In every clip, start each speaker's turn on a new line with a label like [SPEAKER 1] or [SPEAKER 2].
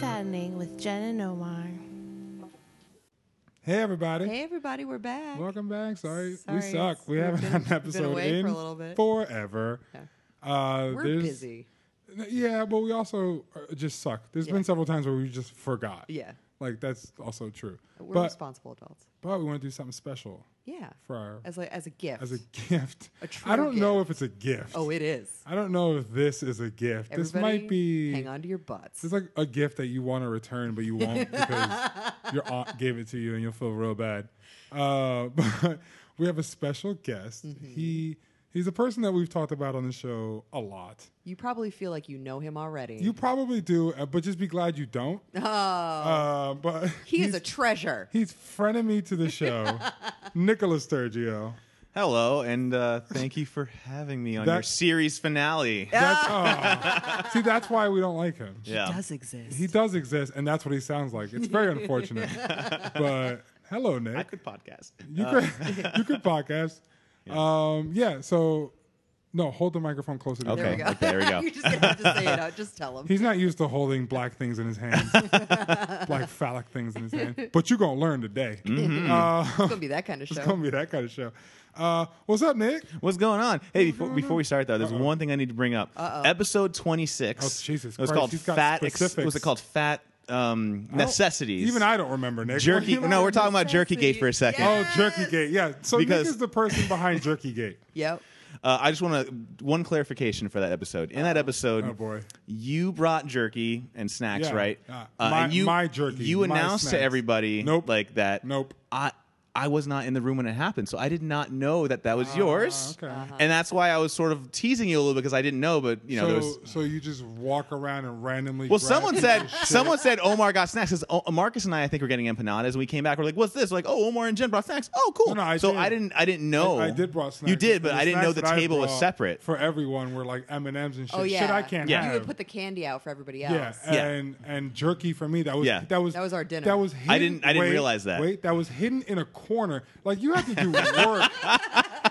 [SPEAKER 1] Gardening with Jen and Omar.
[SPEAKER 2] Hey everybody.
[SPEAKER 3] Hey everybody, we're back.
[SPEAKER 2] Welcome back. Sorry,
[SPEAKER 3] Sorry,
[SPEAKER 2] we suck. We
[SPEAKER 3] we've
[SPEAKER 2] haven't
[SPEAKER 3] been-
[SPEAKER 2] had an
[SPEAKER 3] been
[SPEAKER 2] episode
[SPEAKER 3] away for
[SPEAKER 2] in
[SPEAKER 3] a little bit.
[SPEAKER 2] forever.
[SPEAKER 3] Yeah.
[SPEAKER 2] Uh,
[SPEAKER 3] We're
[SPEAKER 2] there's-
[SPEAKER 3] busy.
[SPEAKER 2] Yeah, but we also uh, just suck. There's
[SPEAKER 3] Yeah.
[SPEAKER 2] been several times where we just forgot.
[SPEAKER 3] Yeah,
[SPEAKER 2] Like that's also true.
[SPEAKER 3] we're
[SPEAKER 2] but
[SPEAKER 3] responsible adults.
[SPEAKER 2] but we want to do something special
[SPEAKER 3] Yeah,
[SPEAKER 2] for our
[SPEAKER 3] as like as a gift.
[SPEAKER 2] as a gift.
[SPEAKER 3] A
[SPEAKER 2] I
[SPEAKER 3] true
[SPEAKER 2] don't know if it's
[SPEAKER 3] gift.
[SPEAKER 2] a gift.
[SPEAKER 3] oh, it is.
[SPEAKER 2] I don't know if this is a gift. this
[SPEAKER 3] Everybody,
[SPEAKER 2] might be
[SPEAKER 3] Hang on to your butts.
[SPEAKER 2] It's like a gift that you want to return, but you won't because your aunt gave it to you and you'll feel real bad. Uh, but we have a special guest.
[SPEAKER 3] Mm-hmm.
[SPEAKER 2] He he's a person that we've talked about on the show a lot.
[SPEAKER 3] You probably feel like you know him already.
[SPEAKER 2] You probably do, uh, but just be glad you don't.
[SPEAKER 3] Mm-hmm. oh,
[SPEAKER 2] Uh, but
[SPEAKER 3] he is
[SPEAKER 2] he's-
[SPEAKER 3] a treasure.
[SPEAKER 2] he's frenemy to the show, Nicholas Sturgio.
[SPEAKER 4] Hello, and uh, thank you for having me on
[SPEAKER 2] That-
[SPEAKER 4] your series finale.
[SPEAKER 2] That's, oh. See, that's why we don't like him.
[SPEAKER 4] Yeah.
[SPEAKER 3] Does exist.
[SPEAKER 2] He does exist, and that's what he sounds like. It's very unfortunate. but hello, Nick.
[SPEAKER 4] I could podcast.
[SPEAKER 2] You could you could podcast. Um, yeah. So no, hold the microphone closer. To
[SPEAKER 4] Okay.
[SPEAKER 3] there
[SPEAKER 2] you.
[SPEAKER 3] we go.
[SPEAKER 4] okay, there we go.
[SPEAKER 3] You're just gonna have to say it out. Just tell him.
[SPEAKER 2] He's not used to holding black things in his hands, black phallic things in his hand. But you're gonna learn today.
[SPEAKER 4] Mm-hmm.
[SPEAKER 2] Uh,
[SPEAKER 3] it's gonna be that kind of
[SPEAKER 2] It's
[SPEAKER 3] show.
[SPEAKER 2] gonna be that kind of show. Uh, what's up, Nick?
[SPEAKER 4] What's going on? Hey,
[SPEAKER 3] Mm-hmm.
[SPEAKER 4] before, before we start though, there's one thing I need to bring up. Episode 26.
[SPEAKER 2] Oh, Jesus
[SPEAKER 4] It was
[SPEAKER 2] Christ,
[SPEAKER 4] called
[SPEAKER 2] he's got
[SPEAKER 4] fat. Ex-
[SPEAKER 2] specifics. Oh,
[SPEAKER 4] was it called fat um, necessities?
[SPEAKER 2] Even I don't remember Nick.
[SPEAKER 4] jerky.
[SPEAKER 2] What do you
[SPEAKER 4] No,
[SPEAKER 2] like?
[SPEAKER 4] we're talking about jerky
[SPEAKER 3] necessities.
[SPEAKER 4] gate for a second.
[SPEAKER 2] Oh,
[SPEAKER 3] Yes.
[SPEAKER 2] Jerky Gate. Yeah. So
[SPEAKER 4] Because-
[SPEAKER 2] Nick is the person behind Jerky Gate.
[SPEAKER 3] Yep.
[SPEAKER 4] Uh, I just want to one clarification for that episode. In that episode,
[SPEAKER 2] Oh, boy.
[SPEAKER 4] you brought jerky and snacks,
[SPEAKER 2] Yeah.
[SPEAKER 4] right?
[SPEAKER 2] Uh, my-
[SPEAKER 4] and you,
[SPEAKER 2] my jerky,
[SPEAKER 4] You
[SPEAKER 2] my
[SPEAKER 4] announced to
[SPEAKER 2] snacks.
[SPEAKER 4] everybody,
[SPEAKER 2] Nope.
[SPEAKER 4] like that.
[SPEAKER 2] Nope.
[SPEAKER 4] I I was not in the room when it happened, so I did not know that that was yours.
[SPEAKER 2] Ah, okay. Uh-huh.
[SPEAKER 4] And that's why I was sort of teasing you a little bit because I didn't know, but you
[SPEAKER 2] so,
[SPEAKER 4] know, there was.
[SPEAKER 2] so you just walk around and randomly.
[SPEAKER 4] Well,
[SPEAKER 2] grab
[SPEAKER 4] someone said
[SPEAKER 2] people's shit.
[SPEAKER 4] someone said Omar got snacks because Marcus and I, I think, were getting empanadas, and we came back. We're like, "What's this?" We're like, "Oh, Omar and Jen brought snacks." Oh, cool.
[SPEAKER 2] No, no, I
[SPEAKER 4] so
[SPEAKER 2] did.
[SPEAKER 4] I didn't, I didn't know.
[SPEAKER 2] I, I did brought snacks.
[SPEAKER 4] Oh, You did, but I didn't know the
[SPEAKER 2] snacks that I
[SPEAKER 4] table was
[SPEAKER 2] brought
[SPEAKER 4] separate.
[SPEAKER 2] for everyone. Were like M and M's and shit.
[SPEAKER 3] Oh yeah.
[SPEAKER 2] shit I can't
[SPEAKER 4] Yeah.
[SPEAKER 2] have.
[SPEAKER 3] You would put the candy out for everybody else.
[SPEAKER 2] yeah,
[SPEAKER 4] Yeah.
[SPEAKER 2] and and jerky for me. That was
[SPEAKER 4] Yeah.
[SPEAKER 2] that was
[SPEAKER 3] That was our dinner.
[SPEAKER 2] That was hidden,
[SPEAKER 4] didn't- I didn't
[SPEAKER 2] wait,
[SPEAKER 4] realize that.
[SPEAKER 2] Wait, that was hidden in a corner. Like you have to do work.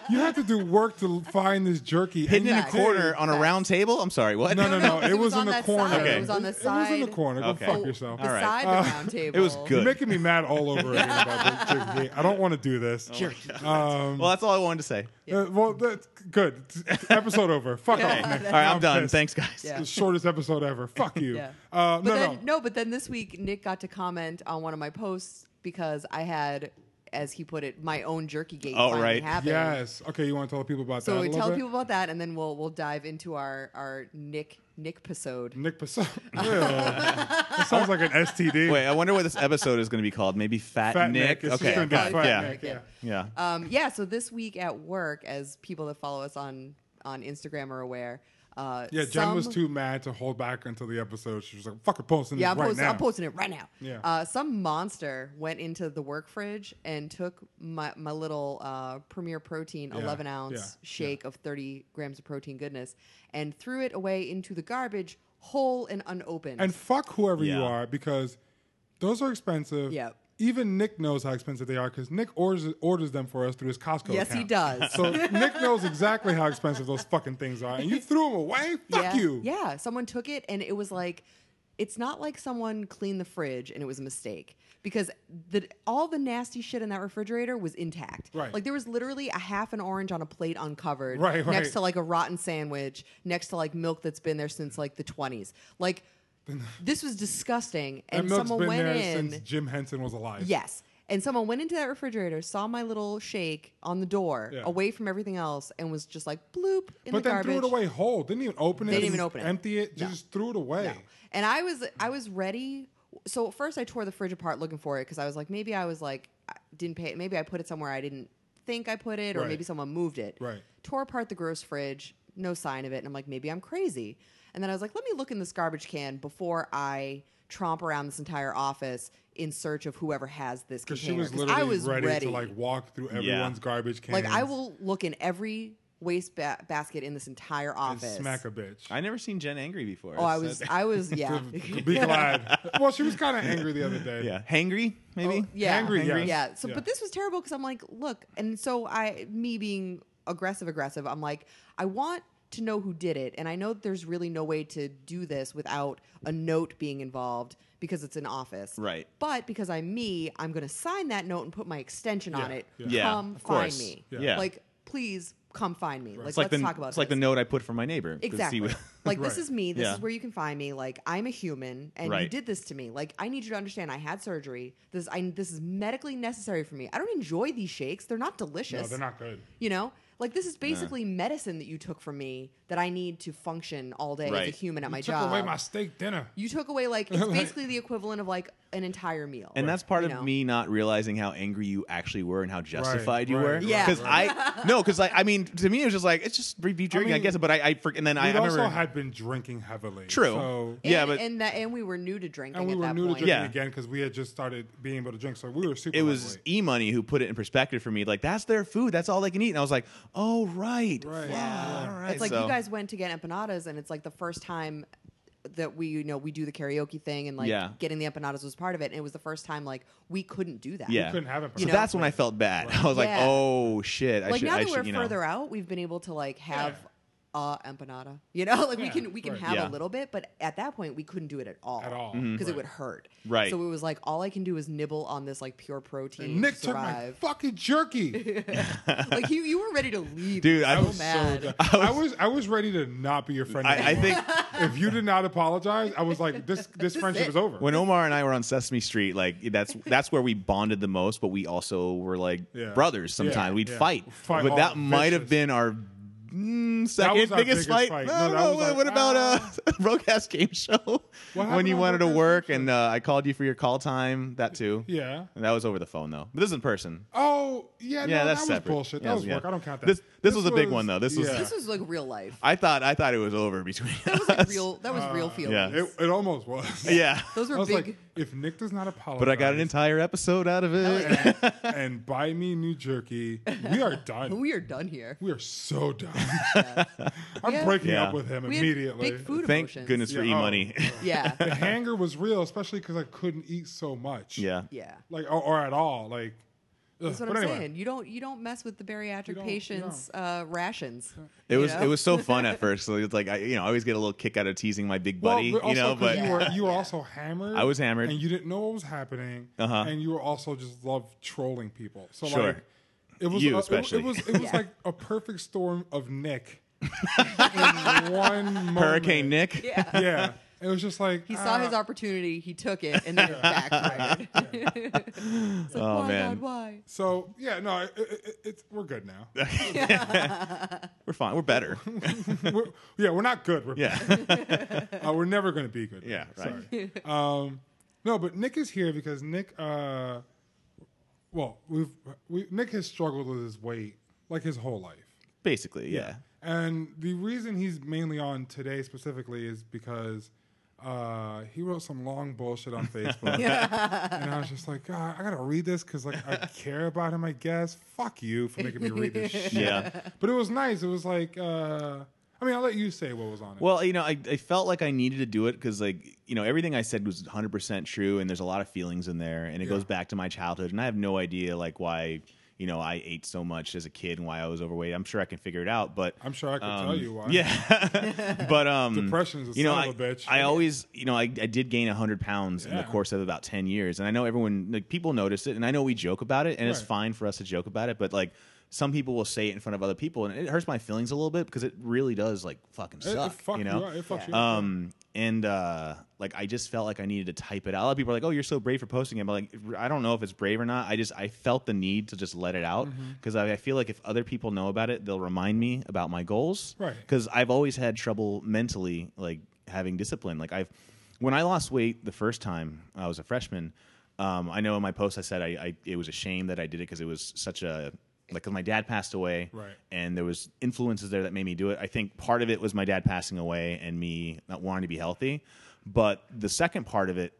[SPEAKER 2] you have to do work to find this jerky.
[SPEAKER 4] Hidden in
[SPEAKER 2] and
[SPEAKER 4] a
[SPEAKER 2] you
[SPEAKER 3] Facts.
[SPEAKER 4] corner
[SPEAKER 2] did.
[SPEAKER 4] on a round table. I'm sorry, what?
[SPEAKER 2] No, no, no. It,
[SPEAKER 3] it
[SPEAKER 2] was
[SPEAKER 3] was
[SPEAKER 2] in
[SPEAKER 3] on
[SPEAKER 2] the
[SPEAKER 3] that
[SPEAKER 2] corner.
[SPEAKER 3] side.
[SPEAKER 4] It was
[SPEAKER 3] on the
[SPEAKER 2] It was in
[SPEAKER 3] side.
[SPEAKER 2] the corner. Go
[SPEAKER 4] Okay.
[SPEAKER 2] fuck yourself.
[SPEAKER 4] All right.
[SPEAKER 3] Beside the round table.
[SPEAKER 4] it was good.
[SPEAKER 2] You're making me mad all over again about this jerky. I don't want to do
[SPEAKER 4] Oh
[SPEAKER 2] this. Jerky. Um,
[SPEAKER 4] Well, that's all I wanted to say.
[SPEAKER 2] uh, well, that's good. Episode over. Fuck off. Nick.
[SPEAKER 4] All right, I'm done.
[SPEAKER 2] pissed.
[SPEAKER 4] Thanks, guys.
[SPEAKER 3] Yeah.
[SPEAKER 2] the shortest episode ever. Fuck you.
[SPEAKER 3] Yeah.
[SPEAKER 2] Uh,
[SPEAKER 3] But
[SPEAKER 2] no,
[SPEAKER 3] then,
[SPEAKER 2] no.
[SPEAKER 3] no. but then this week Nick got to comment on one of my posts because I had, as he put it, my own jerky gate
[SPEAKER 4] Oh,
[SPEAKER 3] finally
[SPEAKER 4] right.
[SPEAKER 3] happen.
[SPEAKER 2] Yes. Okay, you want to tell the people about that?
[SPEAKER 3] So
[SPEAKER 2] a
[SPEAKER 3] we
[SPEAKER 2] little
[SPEAKER 3] tell
[SPEAKER 2] bit?
[SPEAKER 3] people about that, and then we'll we'll dive into our our Nick Nick episode.
[SPEAKER 2] Nick Passon. that sounds like an STD.
[SPEAKER 4] Wait, I wonder what this episode is going to be called. Maybe Fat,
[SPEAKER 2] Fat
[SPEAKER 4] Nick.
[SPEAKER 2] Nick. It's just
[SPEAKER 4] Okay,
[SPEAKER 2] gonna be
[SPEAKER 4] got it.
[SPEAKER 2] Fat
[SPEAKER 4] yeah,
[SPEAKER 2] Nick, yeah.
[SPEAKER 4] yeah.
[SPEAKER 3] Um, yeah. So this week at work, as people that follow us on on Instagram are aware, uh,
[SPEAKER 2] Yeah, Jen was
[SPEAKER 3] some-
[SPEAKER 2] too mad to hold back until the episode. She was like, "Fucking posting
[SPEAKER 3] Yeah,
[SPEAKER 2] this
[SPEAKER 3] I'm,
[SPEAKER 2] right
[SPEAKER 3] post-
[SPEAKER 2] now."
[SPEAKER 3] I'm posting it right now.
[SPEAKER 2] Yeah.
[SPEAKER 3] Uh, some monster went into the work fridge and took my, my little uh, Premier Protein
[SPEAKER 2] Yeah,
[SPEAKER 3] 11
[SPEAKER 2] yeah,
[SPEAKER 3] ounce
[SPEAKER 2] yeah.
[SPEAKER 3] shake of 30 grams of protein goodness and threw it away into the garbage, whole and unopened.
[SPEAKER 2] and fuck whoever you
[SPEAKER 4] Yeah.
[SPEAKER 2] are because those are expensive.
[SPEAKER 3] Yep.
[SPEAKER 2] Even Nick knows how expensive they are because Nick orders orders them for us through his Costco.
[SPEAKER 3] yes, he
[SPEAKER 2] account.
[SPEAKER 3] does.
[SPEAKER 2] So Nick knows exactly how expensive those fucking things are, and you threw them away. Fuck
[SPEAKER 3] yeah.
[SPEAKER 2] you.
[SPEAKER 3] Yeah, someone took it and it was like it's not like someone cleaned the fridge and it was a mistake because the all the nasty shit in that refrigerator was intact.
[SPEAKER 2] Right.
[SPEAKER 3] Like there was literally a half an orange on a plate uncovered
[SPEAKER 2] Right, right.
[SPEAKER 3] next to like a rotten sandwich, next to like milk that's been there since like the 20s. Like this was disgusting
[SPEAKER 2] That
[SPEAKER 3] and
[SPEAKER 2] milk's
[SPEAKER 3] someone
[SPEAKER 2] been
[SPEAKER 3] went
[SPEAKER 2] there
[SPEAKER 3] in
[SPEAKER 2] since Jim Henson was alive.
[SPEAKER 3] Yes. And someone went into that refrigerator, saw my little shake on the door,
[SPEAKER 2] Yeah.
[SPEAKER 3] away from everything else, and was just like bloop in
[SPEAKER 2] But
[SPEAKER 3] the
[SPEAKER 2] then
[SPEAKER 3] garbage.
[SPEAKER 2] threw it away whole. Didn't even open it.
[SPEAKER 3] They didn't
[SPEAKER 2] just
[SPEAKER 3] even open it.
[SPEAKER 2] Empty it.
[SPEAKER 3] No.
[SPEAKER 2] Just threw it away.
[SPEAKER 3] No. And I was I was ready. So at first I tore the fridge apart looking for it because I was like maybe I was like I didn't pay it. Maybe I put it somewhere I didn't think I put it, or
[SPEAKER 2] Right.
[SPEAKER 3] maybe someone moved it.
[SPEAKER 2] Right.
[SPEAKER 3] Tore apart the gross fridge, no sign of it, and I'm like maybe I'm crazy. And then I was like, let me look in this garbage can before I tromp around this entire office in search of whoever has this
[SPEAKER 2] Because
[SPEAKER 3] container.
[SPEAKER 2] she was
[SPEAKER 3] 'Cause
[SPEAKER 2] literally
[SPEAKER 3] I was
[SPEAKER 2] ready, to like walk through everyone's garbage can.
[SPEAKER 3] Like, I will look in every waste ba- basket in this entire office.
[SPEAKER 2] smack a bitch.
[SPEAKER 4] I never seen Jen angry before.
[SPEAKER 3] oh, I was, I was, yeah.
[SPEAKER 2] Be glad. well, she was kind of angry the other day.
[SPEAKER 4] yeah, hangry maybe.
[SPEAKER 3] Oh, yeah.
[SPEAKER 2] Angry, yes.
[SPEAKER 3] Yeah. So,
[SPEAKER 2] Yeah.
[SPEAKER 3] but this was terrible because I'm like, look, and so I, me being aggressive, aggressive, I'm like, I want to know who did it. And I know that there's really no way to do this without a note being involved because it's an office.
[SPEAKER 4] Right.
[SPEAKER 3] But because I'm me, I'm going to sign that note and put my extension on
[SPEAKER 2] Yeah,
[SPEAKER 3] it.
[SPEAKER 2] yeah.
[SPEAKER 4] Yeah,
[SPEAKER 3] Come
[SPEAKER 4] of
[SPEAKER 3] find
[SPEAKER 4] course.
[SPEAKER 3] me.
[SPEAKER 4] Yeah.
[SPEAKER 3] Like, please come find me. Like,
[SPEAKER 4] It's like
[SPEAKER 3] let's
[SPEAKER 4] the
[SPEAKER 3] talk about
[SPEAKER 4] it's like the
[SPEAKER 3] this.
[SPEAKER 4] note I put for my neighbor. 'cause he
[SPEAKER 3] Exactly.
[SPEAKER 4] was-
[SPEAKER 3] like
[SPEAKER 2] Right.
[SPEAKER 3] this is me. This
[SPEAKER 4] Yeah.
[SPEAKER 3] is where you can find me. Like I'm a human, and you
[SPEAKER 4] Right.
[SPEAKER 3] did this to me. Like I need you to understand. I had surgery. This I this is medically necessary for me. I don't enjoy these shakes. They're not delicious.
[SPEAKER 2] No, they're not good.
[SPEAKER 3] You know, like this is basically medicine that you took from me that I need to function all day as
[SPEAKER 4] Right.
[SPEAKER 3] a human at my
[SPEAKER 2] you took
[SPEAKER 3] job.
[SPEAKER 2] away my steak dinner.
[SPEAKER 3] you took away like it's
[SPEAKER 2] Like-
[SPEAKER 3] basically the equivalent of like an entire meal.
[SPEAKER 4] And that's part
[SPEAKER 3] you
[SPEAKER 4] of
[SPEAKER 3] know?
[SPEAKER 4] me not realizing how angry you actually were and how justified you
[SPEAKER 2] right,
[SPEAKER 4] were.
[SPEAKER 2] right,
[SPEAKER 3] Yeah.
[SPEAKER 4] because I no, because I, I mean, to me it was just like it's just beef jerky, I,
[SPEAKER 2] mean,
[SPEAKER 4] guess. But I, I for- and then I, I
[SPEAKER 2] We also
[SPEAKER 4] remember
[SPEAKER 2] had been drinking heavily.
[SPEAKER 4] True.
[SPEAKER 2] So,
[SPEAKER 3] And,
[SPEAKER 4] Yeah, but-
[SPEAKER 3] and that and we were new to drinking
[SPEAKER 2] and we
[SPEAKER 3] at
[SPEAKER 2] were
[SPEAKER 3] that
[SPEAKER 2] new
[SPEAKER 3] point.
[SPEAKER 2] to drinking
[SPEAKER 4] Yeah.
[SPEAKER 2] again because we had just started being able to drink, so we were super.
[SPEAKER 4] it was
[SPEAKER 2] heavily.
[SPEAKER 4] E Money who put it in perspective for me. Like that's their food, that's all they can eat. And I was like, oh right,
[SPEAKER 2] Right.
[SPEAKER 4] Fuck,
[SPEAKER 2] Yeah.
[SPEAKER 4] all right.
[SPEAKER 3] It's like
[SPEAKER 4] So-
[SPEAKER 3] you guys went to get empanadas, and it's like the first time that we, you know, we do the karaoke thing, and like
[SPEAKER 4] Yeah.
[SPEAKER 3] getting the empanadas was part of it. And it was the first time like we couldn't do that.
[SPEAKER 4] yeah,
[SPEAKER 2] couldn't have it.
[SPEAKER 4] So that's when I felt bad. I was like,
[SPEAKER 3] Yeah.
[SPEAKER 4] oh shit, I
[SPEAKER 3] Like
[SPEAKER 4] should,
[SPEAKER 3] now
[SPEAKER 4] I
[SPEAKER 3] that
[SPEAKER 4] should,
[SPEAKER 3] we're
[SPEAKER 4] you know.
[SPEAKER 3] further out, we've been able to like have a empanada. You know, like we
[SPEAKER 2] Yeah,
[SPEAKER 3] can we can
[SPEAKER 2] right.
[SPEAKER 3] have
[SPEAKER 4] Yeah. Mm-hmm.
[SPEAKER 3] a little bit, but at that point we couldn't do it at all
[SPEAKER 2] At all. Mhm.
[SPEAKER 3] because
[SPEAKER 2] Right.
[SPEAKER 3] it would hurt.
[SPEAKER 4] Right.
[SPEAKER 3] So it was like all I can do is nibble on this like pure protein.
[SPEAKER 2] And Nick
[SPEAKER 3] to
[SPEAKER 2] took my
[SPEAKER 3] survive.
[SPEAKER 2] fucking jerky.
[SPEAKER 3] like you, you were ready to leave,
[SPEAKER 4] Dude, I
[SPEAKER 2] I
[SPEAKER 3] So
[SPEAKER 2] was so
[SPEAKER 3] mad.
[SPEAKER 2] done. I was I was ready to not be your friend.
[SPEAKER 4] I, I
[SPEAKER 2] anymore.
[SPEAKER 4] think
[SPEAKER 2] if you did not apologize, I was like, this this friendship
[SPEAKER 3] it.
[SPEAKER 2] is over.
[SPEAKER 4] when Omar and I were on Sesame Street, like that's that's where we bonded the most. But we also were like
[SPEAKER 2] Yeah.
[SPEAKER 4] brothers. Sometimes
[SPEAKER 2] Yeah.
[SPEAKER 4] we'd
[SPEAKER 2] Yeah.
[SPEAKER 4] fight,
[SPEAKER 2] Fight
[SPEAKER 4] but
[SPEAKER 2] all
[SPEAKER 4] that might have
[SPEAKER 2] vicious.
[SPEAKER 4] been our mm, second
[SPEAKER 2] was
[SPEAKER 4] biggest,
[SPEAKER 2] our biggest
[SPEAKER 4] fight.
[SPEAKER 2] fight.
[SPEAKER 4] No,
[SPEAKER 2] No, that
[SPEAKER 4] no,
[SPEAKER 2] was
[SPEAKER 4] what,
[SPEAKER 2] like,
[SPEAKER 4] what about
[SPEAKER 2] ah.
[SPEAKER 4] uh, Broadcast Game Show when
[SPEAKER 2] happened
[SPEAKER 4] you
[SPEAKER 2] on
[SPEAKER 4] wanted
[SPEAKER 2] Broadcast
[SPEAKER 4] to
[SPEAKER 2] Game
[SPEAKER 4] work,
[SPEAKER 2] Show?
[SPEAKER 4] and uh, I called you for your call time. That too.
[SPEAKER 2] Yeah.
[SPEAKER 4] And that was over the phone though. But this is in person.
[SPEAKER 2] Oh yeah,
[SPEAKER 4] Yeah,
[SPEAKER 2] no,
[SPEAKER 4] that's
[SPEAKER 2] that
[SPEAKER 4] separate.
[SPEAKER 2] was bullshit.
[SPEAKER 4] Yeah,
[SPEAKER 2] that was
[SPEAKER 4] yeah.
[SPEAKER 2] work. I don't count that.
[SPEAKER 4] This- this was a big one, though. This was-
[SPEAKER 2] yeah.
[SPEAKER 3] This was like real life.
[SPEAKER 4] I thought I thought it was over between
[SPEAKER 3] That was
[SPEAKER 4] us.
[SPEAKER 3] like real. That was real feelings.
[SPEAKER 4] yeah.
[SPEAKER 2] Uh, it, it almost was.
[SPEAKER 4] yeah.
[SPEAKER 3] Those
[SPEAKER 2] I
[SPEAKER 3] were
[SPEAKER 2] was
[SPEAKER 3] big.
[SPEAKER 2] like, if Nick does not apologize,
[SPEAKER 4] But I got an entire episode out of it.
[SPEAKER 2] and, and buy me new jerky. We are done.
[SPEAKER 3] we are done here.
[SPEAKER 2] We are so done. I'm
[SPEAKER 3] Yeah.
[SPEAKER 2] breaking
[SPEAKER 4] Yeah.
[SPEAKER 2] up with him
[SPEAKER 3] We had
[SPEAKER 2] immediately.
[SPEAKER 3] big food
[SPEAKER 4] Thank
[SPEAKER 3] emotions.
[SPEAKER 4] goodness for
[SPEAKER 2] Yeah,
[SPEAKER 4] e
[SPEAKER 2] oh.
[SPEAKER 4] money.
[SPEAKER 3] Yeah.
[SPEAKER 2] The hanger was real, especially because I couldn't eat so much.
[SPEAKER 4] yeah.
[SPEAKER 3] yeah.
[SPEAKER 2] Like or, or at all. Like ugh.
[SPEAKER 3] That's what
[SPEAKER 2] but
[SPEAKER 3] I'm
[SPEAKER 2] anyway,
[SPEAKER 3] saying. You don't you don't mess with the
[SPEAKER 2] You
[SPEAKER 3] bariatric
[SPEAKER 2] don't-
[SPEAKER 3] patients' uh, rations.
[SPEAKER 4] It
[SPEAKER 3] you
[SPEAKER 4] was
[SPEAKER 3] know?
[SPEAKER 4] it was so fun at first. So it's like I you know I always get a little kick out of teasing my big buddy,
[SPEAKER 2] well, but
[SPEAKER 4] you know.
[SPEAKER 2] also 'cause
[SPEAKER 4] But
[SPEAKER 2] you were, you were
[SPEAKER 3] Yeah.
[SPEAKER 2] also hammered.
[SPEAKER 4] I was hammered.
[SPEAKER 2] and you didn't know what was happening.
[SPEAKER 4] Uh-huh.
[SPEAKER 2] And you were also just love trolling people. So
[SPEAKER 4] Sure.
[SPEAKER 2] like, it was
[SPEAKER 4] You
[SPEAKER 2] a- it-
[SPEAKER 4] especially.
[SPEAKER 2] It, was it was
[SPEAKER 3] Yeah.
[SPEAKER 2] like a perfect storm of Nick in one moment.
[SPEAKER 4] Hurricane Nick,
[SPEAKER 3] Yeah.
[SPEAKER 2] Yeah, it was just like
[SPEAKER 3] He saw his
[SPEAKER 2] ah.
[SPEAKER 3] opportunity, he took it, and then it backfired. it's like,
[SPEAKER 4] Oh,
[SPEAKER 3] why,
[SPEAKER 4] man.
[SPEAKER 3] God, why?
[SPEAKER 2] So yeah, no, it, it, it, it's we're good now.
[SPEAKER 4] we're fine. We're better.
[SPEAKER 2] We're- yeah, we're not good. We're
[SPEAKER 4] Yeah,
[SPEAKER 2] uh, we're never going to be good.
[SPEAKER 4] Yeah,
[SPEAKER 2] Sorry. um, no, but Nick is here because Nick. Uh, well, we've we, Nick has struggled with his weight like his whole life.
[SPEAKER 4] basically. Yeah.
[SPEAKER 2] And the reason he's mainly on today specifically is because uh, he wrote some long bullshit on Facebook. And I was just like, God, I gotta read this because like I care about him, I guess. Fuck you for making me read this shit.
[SPEAKER 4] Yeah.
[SPEAKER 2] But it was nice. It was like uh, I mean, I'll let you say what was on it.
[SPEAKER 4] Well, you know, I, I felt like I needed to do it because, like, you know, everything I said was 100% true, and there's a lot of feelings in there, and it
[SPEAKER 2] Yeah.
[SPEAKER 4] goes back to my childhood, and I have no idea, like, why, you know, I ate so much as a kid and why I was overweight. I'm sure I can figure it out, but
[SPEAKER 2] I'm sure I could
[SPEAKER 4] um,
[SPEAKER 2] tell you why.
[SPEAKER 4] Yeah, but um,
[SPEAKER 2] Depression's a
[SPEAKER 4] you know,
[SPEAKER 2] son
[SPEAKER 4] I,
[SPEAKER 2] of a bitch.
[SPEAKER 4] I always, you know, I, I did gain hundred pounds in the
[SPEAKER 2] Yeah.
[SPEAKER 4] course of about ten years, and I know everyone, like people notice it, and I know we joke about it, and it's
[SPEAKER 2] Right.
[SPEAKER 4] fine for us to joke about it, but like. Some people will say it in front of other people, and it hurts my feelings a little bit because it really does like fucking
[SPEAKER 2] It,
[SPEAKER 4] suck.
[SPEAKER 2] it fuck
[SPEAKER 4] you know,
[SPEAKER 2] up. It fucks
[SPEAKER 3] Yeah.
[SPEAKER 2] you up.
[SPEAKER 4] um, and uh, like I just felt like I needed to type it out. A lot of people are like, "Oh, you're so brave for posting it," but like I don't know if it's brave or not. I just I felt the need to just let it out because I, I feel like if other people know about it, they'll remind me about my goals.
[SPEAKER 2] Right.
[SPEAKER 4] Because I've always had trouble mentally, like having discipline. Like I've when I lost weight the first time I was a freshman. Um, I know in my post I said I, I it was a shame that I did it because it was such a like 'cause my dad passed away
[SPEAKER 2] Right.
[SPEAKER 4] and there was influences there that made me do it. I think part of it was my dad passing away and me not wanting to be healthy, but the second part of it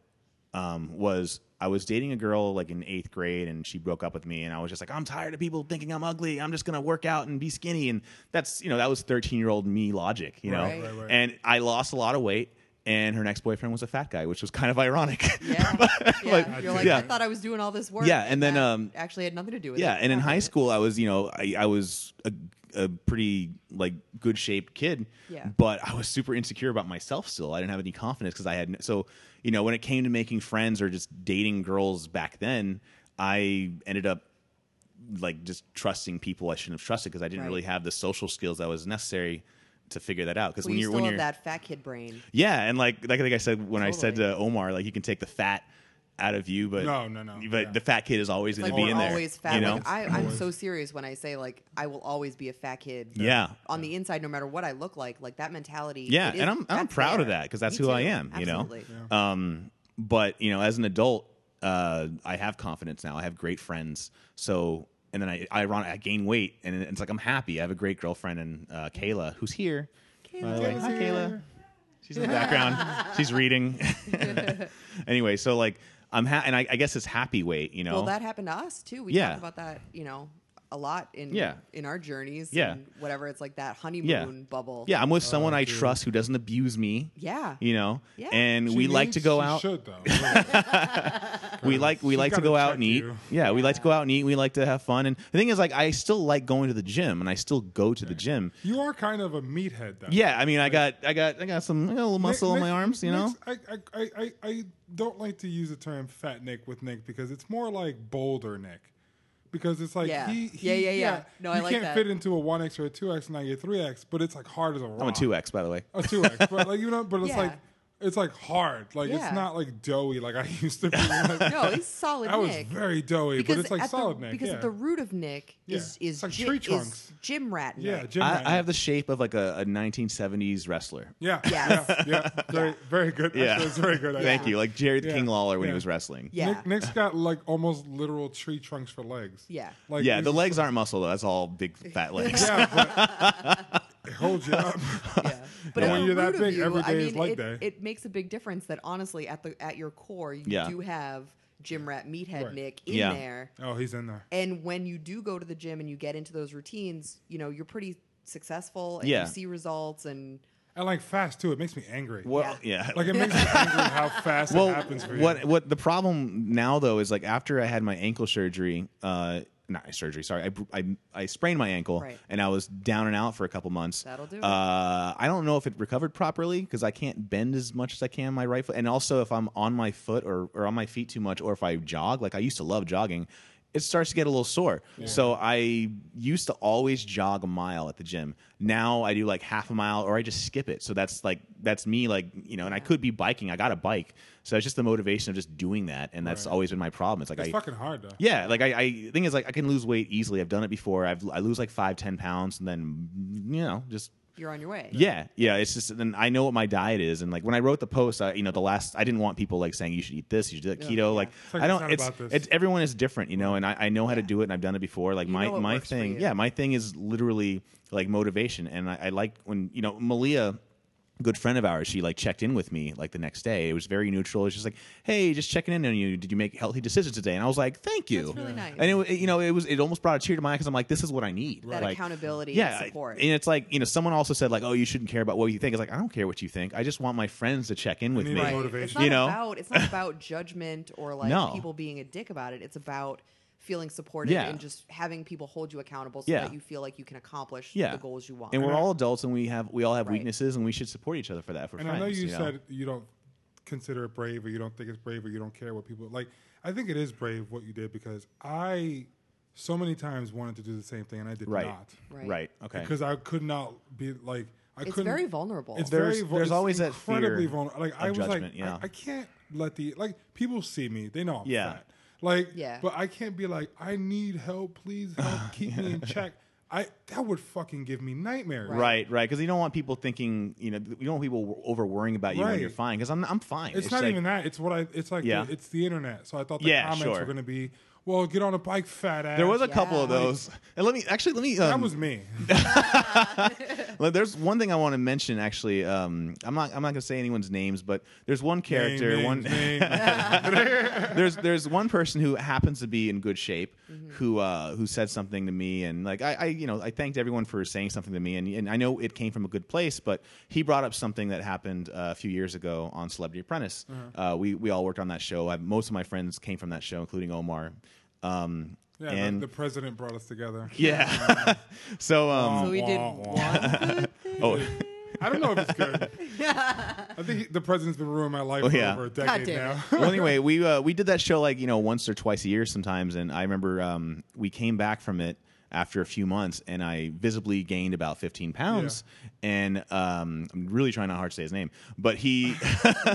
[SPEAKER 4] um, was I was dating a girl like in eighth grade and she broke up with me and I was just like I'm tired of people thinking I'm ugly. I'm just gonna work out and be skinny and that's you know that was 13 year old me logic you know
[SPEAKER 3] Right. Right,
[SPEAKER 2] right.
[SPEAKER 4] and I lost a lot of weight. And her next boyfriend was a fat guy, which was kind of ironic.
[SPEAKER 3] Yeah. yeah. You're like,
[SPEAKER 4] yeah.
[SPEAKER 3] I thought I was doing all this work.
[SPEAKER 4] Yeah, and then,
[SPEAKER 3] that
[SPEAKER 4] um,
[SPEAKER 3] actually had nothing to do with it.
[SPEAKER 4] Yeah, and in high school, I was you know I, I was a, a pretty like good shaped kid.
[SPEAKER 3] Yeah.
[SPEAKER 4] But I was super insecure about myself still. I didn't have any confidence because I had no, so you know when it came to making friends or just dating girls back then, I ended up like just trusting people I shouldn't have trusted because I didn't
[SPEAKER 3] Right.
[SPEAKER 4] really have the social skills that was necessary to figure that out. Because
[SPEAKER 3] Well,
[SPEAKER 4] when
[SPEAKER 3] you
[SPEAKER 4] you're
[SPEAKER 3] still
[SPEAKER 4] when
[SPEAKER 3] have
[SPEAKER 4] you're
[SPEAKER 3] that fat kid brain.
[SPEAKER 4] yeah, and like like I think I said when I said
[SPEAKER 3] Totally.
[SPEAKER 4] to Omar, like you can take the fat out of you, but
[SPEAKER 2] No, no, no,
[SPEAKER 4] but
[SPEAKER 2] yeah.
[SPEAKER 4] the fat kid is always
[SPEAKER 3] Like
[SPEAKER 4] going to be
[SPEAKER 3] we're
[SPEAKER 4] in there.
[SPEAKER 3] always fat.
[SPEAKER 4] You know,
[SPEAKER 3] Like, I, I'm so serious when I say like I will always be a fat kid.
[SPEAKER 4] Yeah.
[SPEAKER 3] On the inside, no matter what I look like, like that mentality.
[SPEAKER 4] yeah,
[SPEAKER 3] it is-
[SPEAKER 4] and I'm I'm
[SPEAKER 3] that's
[SPEAKER 4] proud of
[SPEAKER 3] there.
[SPEAKER 4] that because that's
[SPEAKER 3] Me
[SPEAKER 4] who I
[SPEAKER 3] too.
[SPEAKER 4] am. You know,
[SPEAKER 3] Absolutely.
[SPEAKER 4] um, but you know, as an adult, uh, I have confidence now. I have great friends. So and then I ironic I gain weight, and it's like I'm happy. I have a great girlfriend and uh, Kayla who's here. by the
[SPEAKER 3] Kayla.
[SPEAKER 4] way. Um, Hi, Kayla. She's in the background. She's reading. anyway, so like I'm ha- and I, I guess it's happy weight. You know,
[SPEAKER 3] Well, that happened to us too. We
[SPEAKER 4] Yeah.
[SPEAKER 3] talked about that, you know, a lot in
[SPEAKER 4] Yeah.
[SPEAKER 3] in our journeys.
[SPEAKER 4] Yeah.
[SPEAKER 3] and whatever. It's like that honeymoon
[SPEAKER 4] Yeah.
[SPEAKER 3] bubble.
[SPEAKER 4] Yeah, I'm with someone
[SPEAKER 2] Oh,
[SPEAKER 4] I trust who doesn't abuse me.
[SPEAKER 3] Yeah.
[SPEAKER 4] You know,
[SPEAKER 3] Yeah.
[SPEAKER 4] and
[SPEAKER 2] She
[SPEAKER 4] we like
[SPEAKER 2] needs-
[SPEAKER 4] to go
[SPEAKER 2] she
[SPEAKER 4] out.
[SPEAKER 2] Should though.
[SPEAKER 4] We like we
[SPEAKER 2] She's
[SPEAKER 4] like to
[SPEAKER 2] gotta
[SPEAKER 4] go
[SPEAKER 2] check
[SPEAKER 4] out and eat.
[SPEAKER 2] you.
[SPEAKER 4] Yeah, we like to go out and eat. We like to have fun. And the thing is, like, I still like going to the gym, and I still go to the gym.
[SPEAKER 2] you are kind of a meathead though.
[SPEAKER 4] Yeah, I mean, I got I got I got some I got a little muscle on my arms. You know,
[SPEAKER 2] I, I, I- I, I don't like to use the term fat Nick with Nick because it's more like boulder Nick. Because it's like
[SPEAKER 3] Yeah.
[SPEAKER 2] he, he
[SPEAKER 3] Yeah, yeah, yeah. No, I
[SPEAKER 2] you
[SPEAKER 3] like
[SPEAKER 2] can't
[SPEAKER 3] that.
[SPEAKER 2] fit into a one X or a two X, now you're three X, but it's like hard as a rock.
[SPEAKER 4] I'm a two X by the way.
[SPEAKER 2] A two X, but like you know, but it's
[SPEAKER 3] Yeah.
[SPEAKER 2] like it's like hard. Like
[SPEAKER 3] Yeah.
[SPEAKER 2] it's not like doughy like I used to be. Like,
[SPEAKER 3] No, he's solid.
[SPEAKER 2] I was
[SPEAKER 3] Nick.
[SPEAKER 2] very doughy, but it's like
[SPEAKER 3] at the-
[SPEAKER 2] solid Nick.
[SPEAKER 3] Because
[SPEAKER 2] yeah.
[SPEAKER 3] at the root of Nick
[SPEAKER 2] Yeah.
[SPEAKER 3] is is,
[SPEAKER 2] It's like
[SPEAKER 3] gy-
[SPEAKER 2] tree
[SPEAKER 3] is
[SPEAKER 2] trunks.
[SPEAKER 3] gym rat.
[SPEAKER 2] yeah,
[SPEAKER 3] Nick.
[SPEAKER 2] Jim
[SPEAKER 4] I,
[SPEAKER 2] Ryan.
[SPEAKER 4] I have the shape of like a, a 1970s wrestler.
[SPEAKER 2] yeah,
[SPEAKER 3] Yes.
[SPEAKER 2] yeah, yeah, very, very good.
[SPEAKER 4] Yeah.
[SPEAKER 2] Actually, it's very good.
[SPEAKER 4] Thank
[SPEAKER 2] actually.
[SPEAKER 4] you, like Jerry the
[SPEAKER 2] Yeah.
[SPEAKER 4] King Lawler when he
[SPEAKER 2] Yeah.
[SPEAKER 4] was wrestling.
[SPEAKER 3] Yeah.
[SPEAKER 2] Nick, Nick's got like almost literal tree trunks for legs.
[SPEAKER 3] Yeah.
[SPEAKER 2] like
[SPEAKER 4] yeah.
[SPEAKER 2] he's
[SPEAKER 4] The
[SPEAKER 2] just-
[SPEAKER 4] legs aren't muscle though. That's all big fat legs.
[SPEAKER 2] Yeah, but it holds you up.
[SPEAKER 3] Yeah. But
[SPEAKER 2] And
[SPEAKER 3] at
[SPEAKER 2] when
[SPEAKER 3] the
[SPEAKER 2] you're that
[SPEAKER 3] root of
[SPEAKER 2] big,
[SPEAKER 3] you,
[SPEAKER 2] every
[SPEAKER 3] I
[SPEAKER 2] day
[SPEAKER 3] mean,
[SPEAKER 2] is leg
[SPEAKER 3] it,
[SPEAKER 2] day.
[SPEAKER 3] it makes a big difference that honestly, at the at your core, you
[SPEAKER 4] Yeah.
[SPEAKER 3] do have gym rat meathead
[SPEAKER 2] Right.
[SPEAKER 3] Nick in
[SPEAKER 4] Yeah.
[SPEAKER 3] there.
[SPEAKER 2] Oh, he's in there.
[SPEAKER 3] And when you do go to the gym and you get into those routines, you know you're pretty successful and
[SPEAKER 4] Yeah.
[SPEAKER 3] you see results and
[SPEAKER 2] And like fast too. It makes me angry.
[SPEAKER 4] Well, yeah.
[SPEAKER 2] Like it makes me angry how fast
[SPEAKER 4] well,
[SPEAKER 2] it happens for you.
[SPEAKER 4] what what the problem now though is like after I had my ankle surgery, uh, not surgery, sorry, I, br- I I sprained my ankle
[SPEAKER 3] Right.
[SPEAKER 4] and I was down and out for a couple months.
[SPEAKER 3] That'll do it.
[SPEAKER 4] Uh, I don't know if it recovered properly because I can't bend as much as I can my right foot, and also if I'm on my foot or or on my feet too much, or if I jog, like I used to love jogging. It starts to get a little sore. So I used to always jog a mile at the gym. Now I do like half a mile or I just skip it. So that's like, that's me, like, you know, and I could be biking. I got a bike. So it's just the motivation of just doing that. And that's
[SPEAKER 2] Right.
[SPEAKER 4] always been my problem. It's like,
[SPEAKER 2] It's
[SPEAKER 4] I,
[SPEAKER 2] fucking hard though.
[SPEAKER 4] yeah, like I, I thing is like I can lose weight easily. I've done it before. I've I lose like five ten pounds, and then you know just
[SPEAKER 3] you're on your way.
[SPEAKER 4] yeah yeah. It's just then I know what my diet is, and like when I wrote the post, I you know the last I didn't want people like saying you should eat this, you should do that keto. Like
[SPEAKER 2] like,
[SPEAKER 4] I
[SPEAKER 2] it's
[SPEAKER 4] don't.
[SPEAKER 2] not
[SPEAKER 4] It's it's,
[SPEAKER 2] about this.
[SPEAKER 4] everyone is different, you know, and I, I know how to do it, and I've done it before. Like my
[SPEAKER 3] know what
[SPEAKER 4] my
[SPEAKER 3] works for you.
[SPEAKER 4] thing, yeah, my thing is literally like motivation, and I, I like when you know Malia good friend of ours, she like checked in with me like the next day. It was very neutral. It's just like, hey, just checking in on you. Did you make healthy decisions today? And I was like, thank you.
[SPEAKER 3] That's really nice.
[SPEAKER 4] And it, wa- you know, it was it almost brought a tear to my eye because I'm like, this is what I need.
[SPEAKER 3] That
[SPEAKER 4] Like,
[SPEAKER 3] accountability
[SPEAKER 4] yeah,
[SPEAKER 3] and support.
[SPEAKER 4] and it's like you know, someone also said like, oh, you shouldn't care about what you think. It's like I don't care what you think. I just want my friends to check in with
[SPEAKER 2] need
[SPEAKER 4] me.
[SPEAKER 2] Right.
[SPEAKER 3] Right. It's
[SPEAKER 2] motivation.
[SPEAKER 3] not
[SPEAKER 4] You know?
[SPEAKER 3] about it's not about judgment or like
[SPEAKER 4] No.
[SPEAKER 3] people being a dick about it. It's about feeling supported
[SPEAKER 4] Yeah.
[SPEAKER 3] and just having people hold you accountable so
[SPEAKER 4] Yeah.
[SPEAKER 3] that you feel like you can accomplish
[SPEAKER 4] Yeah,
[SPEAKER 3] the goals you want.
[SPEAKER 4] And we're all adults, and we have we all have
[SPEAKER 3] Right.
[SPEAKER 4] weaknesses, and we should support each other for that. For
[SPEAKER 2] And
[SPEAKER 4] friends,
[SPEAKER 2] I know you,
[SPEAKER 4] know?
[SPEAKER 2] said you don't consider it brave, or you don't think it's brave, or you don't care what people like. I think it is brave what you did because I so many times wanted to do the same thing and I did
[SPEAKER 4] right,
[SPEAKER 2] not
[SPEAKER 3] Right.
[SPEAKER 4] right, okay.
[SPEAKER 2] because I could not be like I
[SPEAKER 3] it's
[SPEAKER 2] couldn't.
[SPEAKER 3] very vulnerable.
[SPEAKER 2] It's
[SPEAKER 4] There's-
[SPEAKER 2] very vul-
[SPEAKER 4] there's
[SPEAKER 2] it's
[SPEAKER 4] always that fear
[SPEAKER 2] incredibly vulnerable. Like I
[SPEAKER 4] of
[SPEAKER 2] was like,
[SPEAKER 4] judgment, yeah.
[SPEAKER 2] I, I can't let the like people see me, they know I'm
[SPEAKER 4] Yeah.
[SPEAKER 2] fat. Like,
[SPEAKER 3] Yeah.
[SPEAKER 2] but I can't be like, I need help, please help, keep me in check. I that would fucking give me nightmares.
[SPEAKER 4] Right, right. Because you don't want people thinking, you know, you don't want people over worrying about you when
[SPEAKER 2] Right.
[SPEAKER 4] you're fine. Because I'm, I'm fine.
[SPEAKER 2] It's, not
[SPEAKER 4] like-
[SPEAKER 2] even that. It's what I. It's like
[SPEAKER 4] Yeah.
[SPEAKER 2] the, it's the internet. So I thought the
[SPEAKER 4] Yeah,
[SPEAKER 2] comments
[SPEAKER 4] sure.
[SPEAKER 2] were going to be, well, get on a bike, fat ass.
[SPEAKER 4] There was a
[SPEAKER 3] Yeah.
[SPEAKER 4] couple of those, and let me actually let me.
[SPEAKER 2] that
[SPEAKER 4] Um,
[SPEAKER 2] was me.
[SPEAKER 4] let- there's one thing I want to mention. Actually, um, I'm not I'm not gonna say anyone's names, but there's one character,
[SPEAKER 2] Name,
[SPEAKER 4] one
[SPEAKER 2] name, name.
[SPEAKER 4] there's there's one person who happens to be in good shape who uh, who said something to me and like I, I you know I thanked everyone for saying something to me and, and I know it came from a good place but he brought up something that happened uh, a few years ago on Celebrity Apprentice uh we we all worked on that show I, most of my friends came from that show including Omar Um,
[SPEAKER 2] Yeah, the-
[SPEAKER 4] and
[SPEAKER 2] the, president brought us together.
[SPEAKER 4] yeah, so um,
[SPEAKER 2] Wah,
[SPEAKER 3] So we did
[SPEAKER 2] wah, wah.
[SPEAKER 3] one good thing.
[SPEAKER 4] oh,
[SPEAKER 2] I don't know if it's good. I think he- the president's been ruining my life
[SPEAKER 4] Oh,
[SPEAKER 2] for
[SPEAKER 4] yeah.
[SPEAKER 2] over a
[SPEAKER 3] God
[SPEAKER 2] decade
[SPEAKER 3] damn
[SPEAKER 2] now.
[SPEAKER 4] well, anyway, we uh, we did that show like you know once or twice a year sometimes, and I remember um, we came back from it after a few months, and I visibly gained about fifteen pounds, and um, I'm really trying not hard to say his name, but he,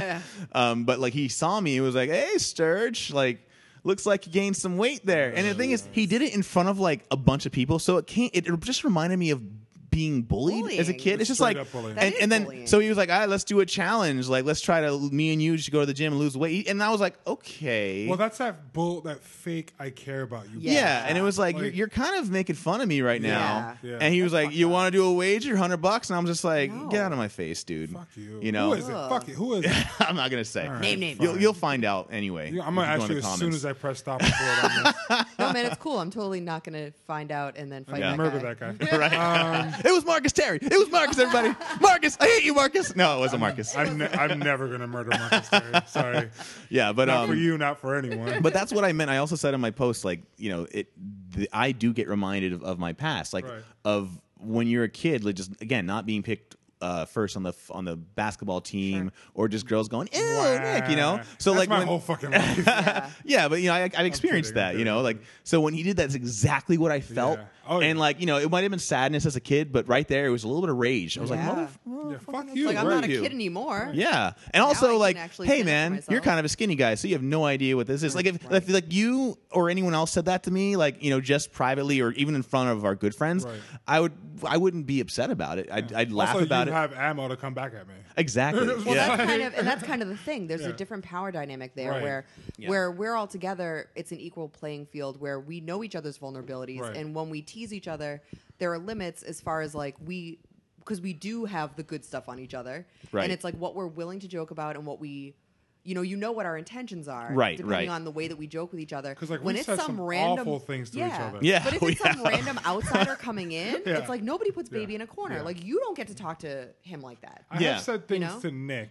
[SPEAKER 4] um, but like he saw me, he was like, "Hey, Sturge, like." Looks like you gained some weight there, and the thing is, he did it in front of like a bunch of people, so it can't. It just reminded me of being bullied as a
[SPEAKER 3] Bullying.
[SPEAKER 4] kid. It's just
[SPEAKER 2] Straight
[SPEAKER 4] like,
[SPEAKER 2] up bullying.
[SPEAKER 3] That
[SPEAKER 4] and,
[SPEAKER 3] is
[SPEAKER 4] and then
[SPEAKER 3] bullying.
[SPEAKER 4] so he was like, "All right, let's do a challenge. Like, let's try to me and you should go to the gym and lose weight." And I was like, "Okay."
[SPEAKER 2] well, that's that bull, that fake "I care about you."
[SPEAKER 4] yeah.
[SPEAKER 3] Yeah.
[SPEAKER 4] and it was like,
[SPEAKER 2] Like-
[SPEAKER 4] you're, "You're kind of making fun of me right now."
[SPEAKER 2] Yeah. Yeah.
[SPEAKER 4] And he was
[SPEAKER 3] That's
[SPEAKER 4] like, "You want to do a wager, hundred bucks?" And I'm just like,
[SPEAKER 3] No.
[SPEAKER 4] "Get out of my face, dude."
[SPEAKER 2] Fuck you.
[SPEAKER 4] You know,
[SPEAKER 2] who is it? Fuck it. Who is it?
[SPEAKER 4] I'm not gonna say.
[SPEAKER 2] right,
[SPEAKER 3] Name, name.
[SPEAKER 4] You'll,
[SPEAKER 2] fine.
[SPEAKER 4] you'll find out anyway.
[SPEAKER 2] Yeah, I'm gonna
[SPEAKER 4] if you go
[SPEAKER 2] ask
[SPEAKER 4] in
[SPEAKER 2] you
[SPEAKER 4] the
[SPEAKER 2] as soon as
[SPEAKER 4] comments.
[SPEAKER 2] I press stop record on this.
[SPEAKER 3] No, man, it's cool. I'm totally not going to find out and then fight
[SPEAKER 4] Yeah.
[SPEAKER 3] that
[SPEAKER 2] Murder
[SPEAKER 3] guy.
[SPEAKER 2] that guy. Um,
[SPEAKER 4] it was Marcus Terry. It was Marcus. Everybody, Marcus. I hate you, Marcus. No, it wasn't Marcus.
[SPEAKER 2] I'm, ne- I'm never gonna murder Marcus Terry. Sorry,
[SPEAKER 4] yeah, but
[SPEAKER 2] not
[SPEAKER 4] um,
[SPEAKER 2] for you, not for anyone.
[SPEAKER 4] but that's what I meant. I also said in my post, like you know, it. The, I do get reminded of, of my past, like
[SPEAKER 2] Right.
[SPEAKER 4] of when you're a kid, like just again not being picked uh, first on the f- on the basketball team, or just girls going, "Ew, Nick," you know. So
[SPEAKER 2] That's
[SPEAKER 4] like
[SPEAKER 2] my
[SPEAKER 4] when,
[SPEAKER 2] whole fucking life.
[SPEAKER 3] Yeah.
[SPEAKER 4] yeah, but you know, I, I've experienced
[SPEAKER 2] kidding, I'm
[SPEAKER 4] that. You know,
[SPEAKER 2] kidding.
[SPEAKER 4] like so when he did that's exactly what I felt,
[SPEAKER 2] Yeah. Oh, yeah.
[SPEAKER 4] and like you know, it might have been sadness as a kid, but right there it was a little bit of rage. I was
[SPEAKER 3] Yeah.
[SPEAKER 4] like, "Mother,
[SPEAKER 2] Yeah, fuck you.
[SPEAKER 3] Like, I'm
[SPEAKER 2] right?
[SPEAKER 3] not a
[SPEAKER 4] you.
[SPEAKER 3] kid anymore.
[SPEAKER 4] Yeah, and
[SPEAKER 3] I
[SPEAKER 4] also
[SPEAKER 3] can
[SPEAKER 4] like,
[SPEAKER 3] actually
[SPEAKER 4] hey
[SPEAKER 3] fend for
[SPEAKER 4] man,
[SPEAKER 3] myself.
[SPEAKER 4] you're kind of a skinny guy, so you have no idea what this is. Like, if,
[SPEAKER 3] Right.
[SPEAKER 4] if like you or anyone else said that to me, like you know, just privately or even in front of our good friends,
[SPEAKER 2] Right.
[SPEAKER 4] I would I wouldn't be upset about it. I'd, I'd laugh
[SPEAKER 2] also,
[SPEAKER 4] about
[SPEAKER 2] you
[SPEAKER 4] it.
[SPEAKER 2] have ammo to come back at me.
[SPEAKER 4] exactly.
[SPEAKER 2] Well,
[SPEAKER 3] Well,
[SPEAKER 4] yeah.
[SPEAKER 3] that's kind of, and that's kind of the thing. There's
[SPEAKER 2] Yeah.
[SPEAKER 3] a different power dynamic there,
[SPEAKER 2] Right.
[SPEAKER 3] where
[SPEAKER 4] Yeah.
[SPEAKER 3] where we're all together. It's an equal playing field where we know each other's vulnerabilities,
[SPEAKER 2] Right.
[SPEAKER 3] and when we tease each other, there are limits as far as like we, because we do have the good stuff on each other,
[SPEAKER 4] Right.
[SPEAKER 3] and it's like what we're willing to joke about and what we. You know, you know what our intentions are,
[SPEAKER 4] Right,
[SPEAKER 3] Depending
[SPEAKER 4] right.
[SPEAKER 3] on the way that we joke with each other.
[SPEAKER 2] 'Cause, like,
[SPEAKER 3] when
[SPEAKER 2] we've
[SPEAKER 3] it's
[SPEAKER 2] said
[SPEAKER 3] some,
[SPEAKER 2] some
[SPEAKER 3] random
[SPEAKER 2] awful things to each
[SPEAKER 3] yeah.
[SPEAKER 2] other.
[SPEAKER 4] Yeah,
[SPEAKER 3] but if
[SPEAKER 4] we
[SPEAKER 3] it's some random outsider coming in,
[SPEAKER 2] Yeah.
[SPEAKER 3] it's like nobody puts
[SPEAKER 2] Yeah.
[SPEAKER 3] baby in a corner.
[SPEAKER 2] Yeah.
[SPEAKER 3] Like you don't get to talk to him like that.
[SPEAKER 2] I
[SPEAKER 4] Yeah.
[SPEAKER 2] have said
[SPEAKER 3] You
[SPEAKER 2] things
[SPEAKER 3] know?
[SPEAKER 2] to Nick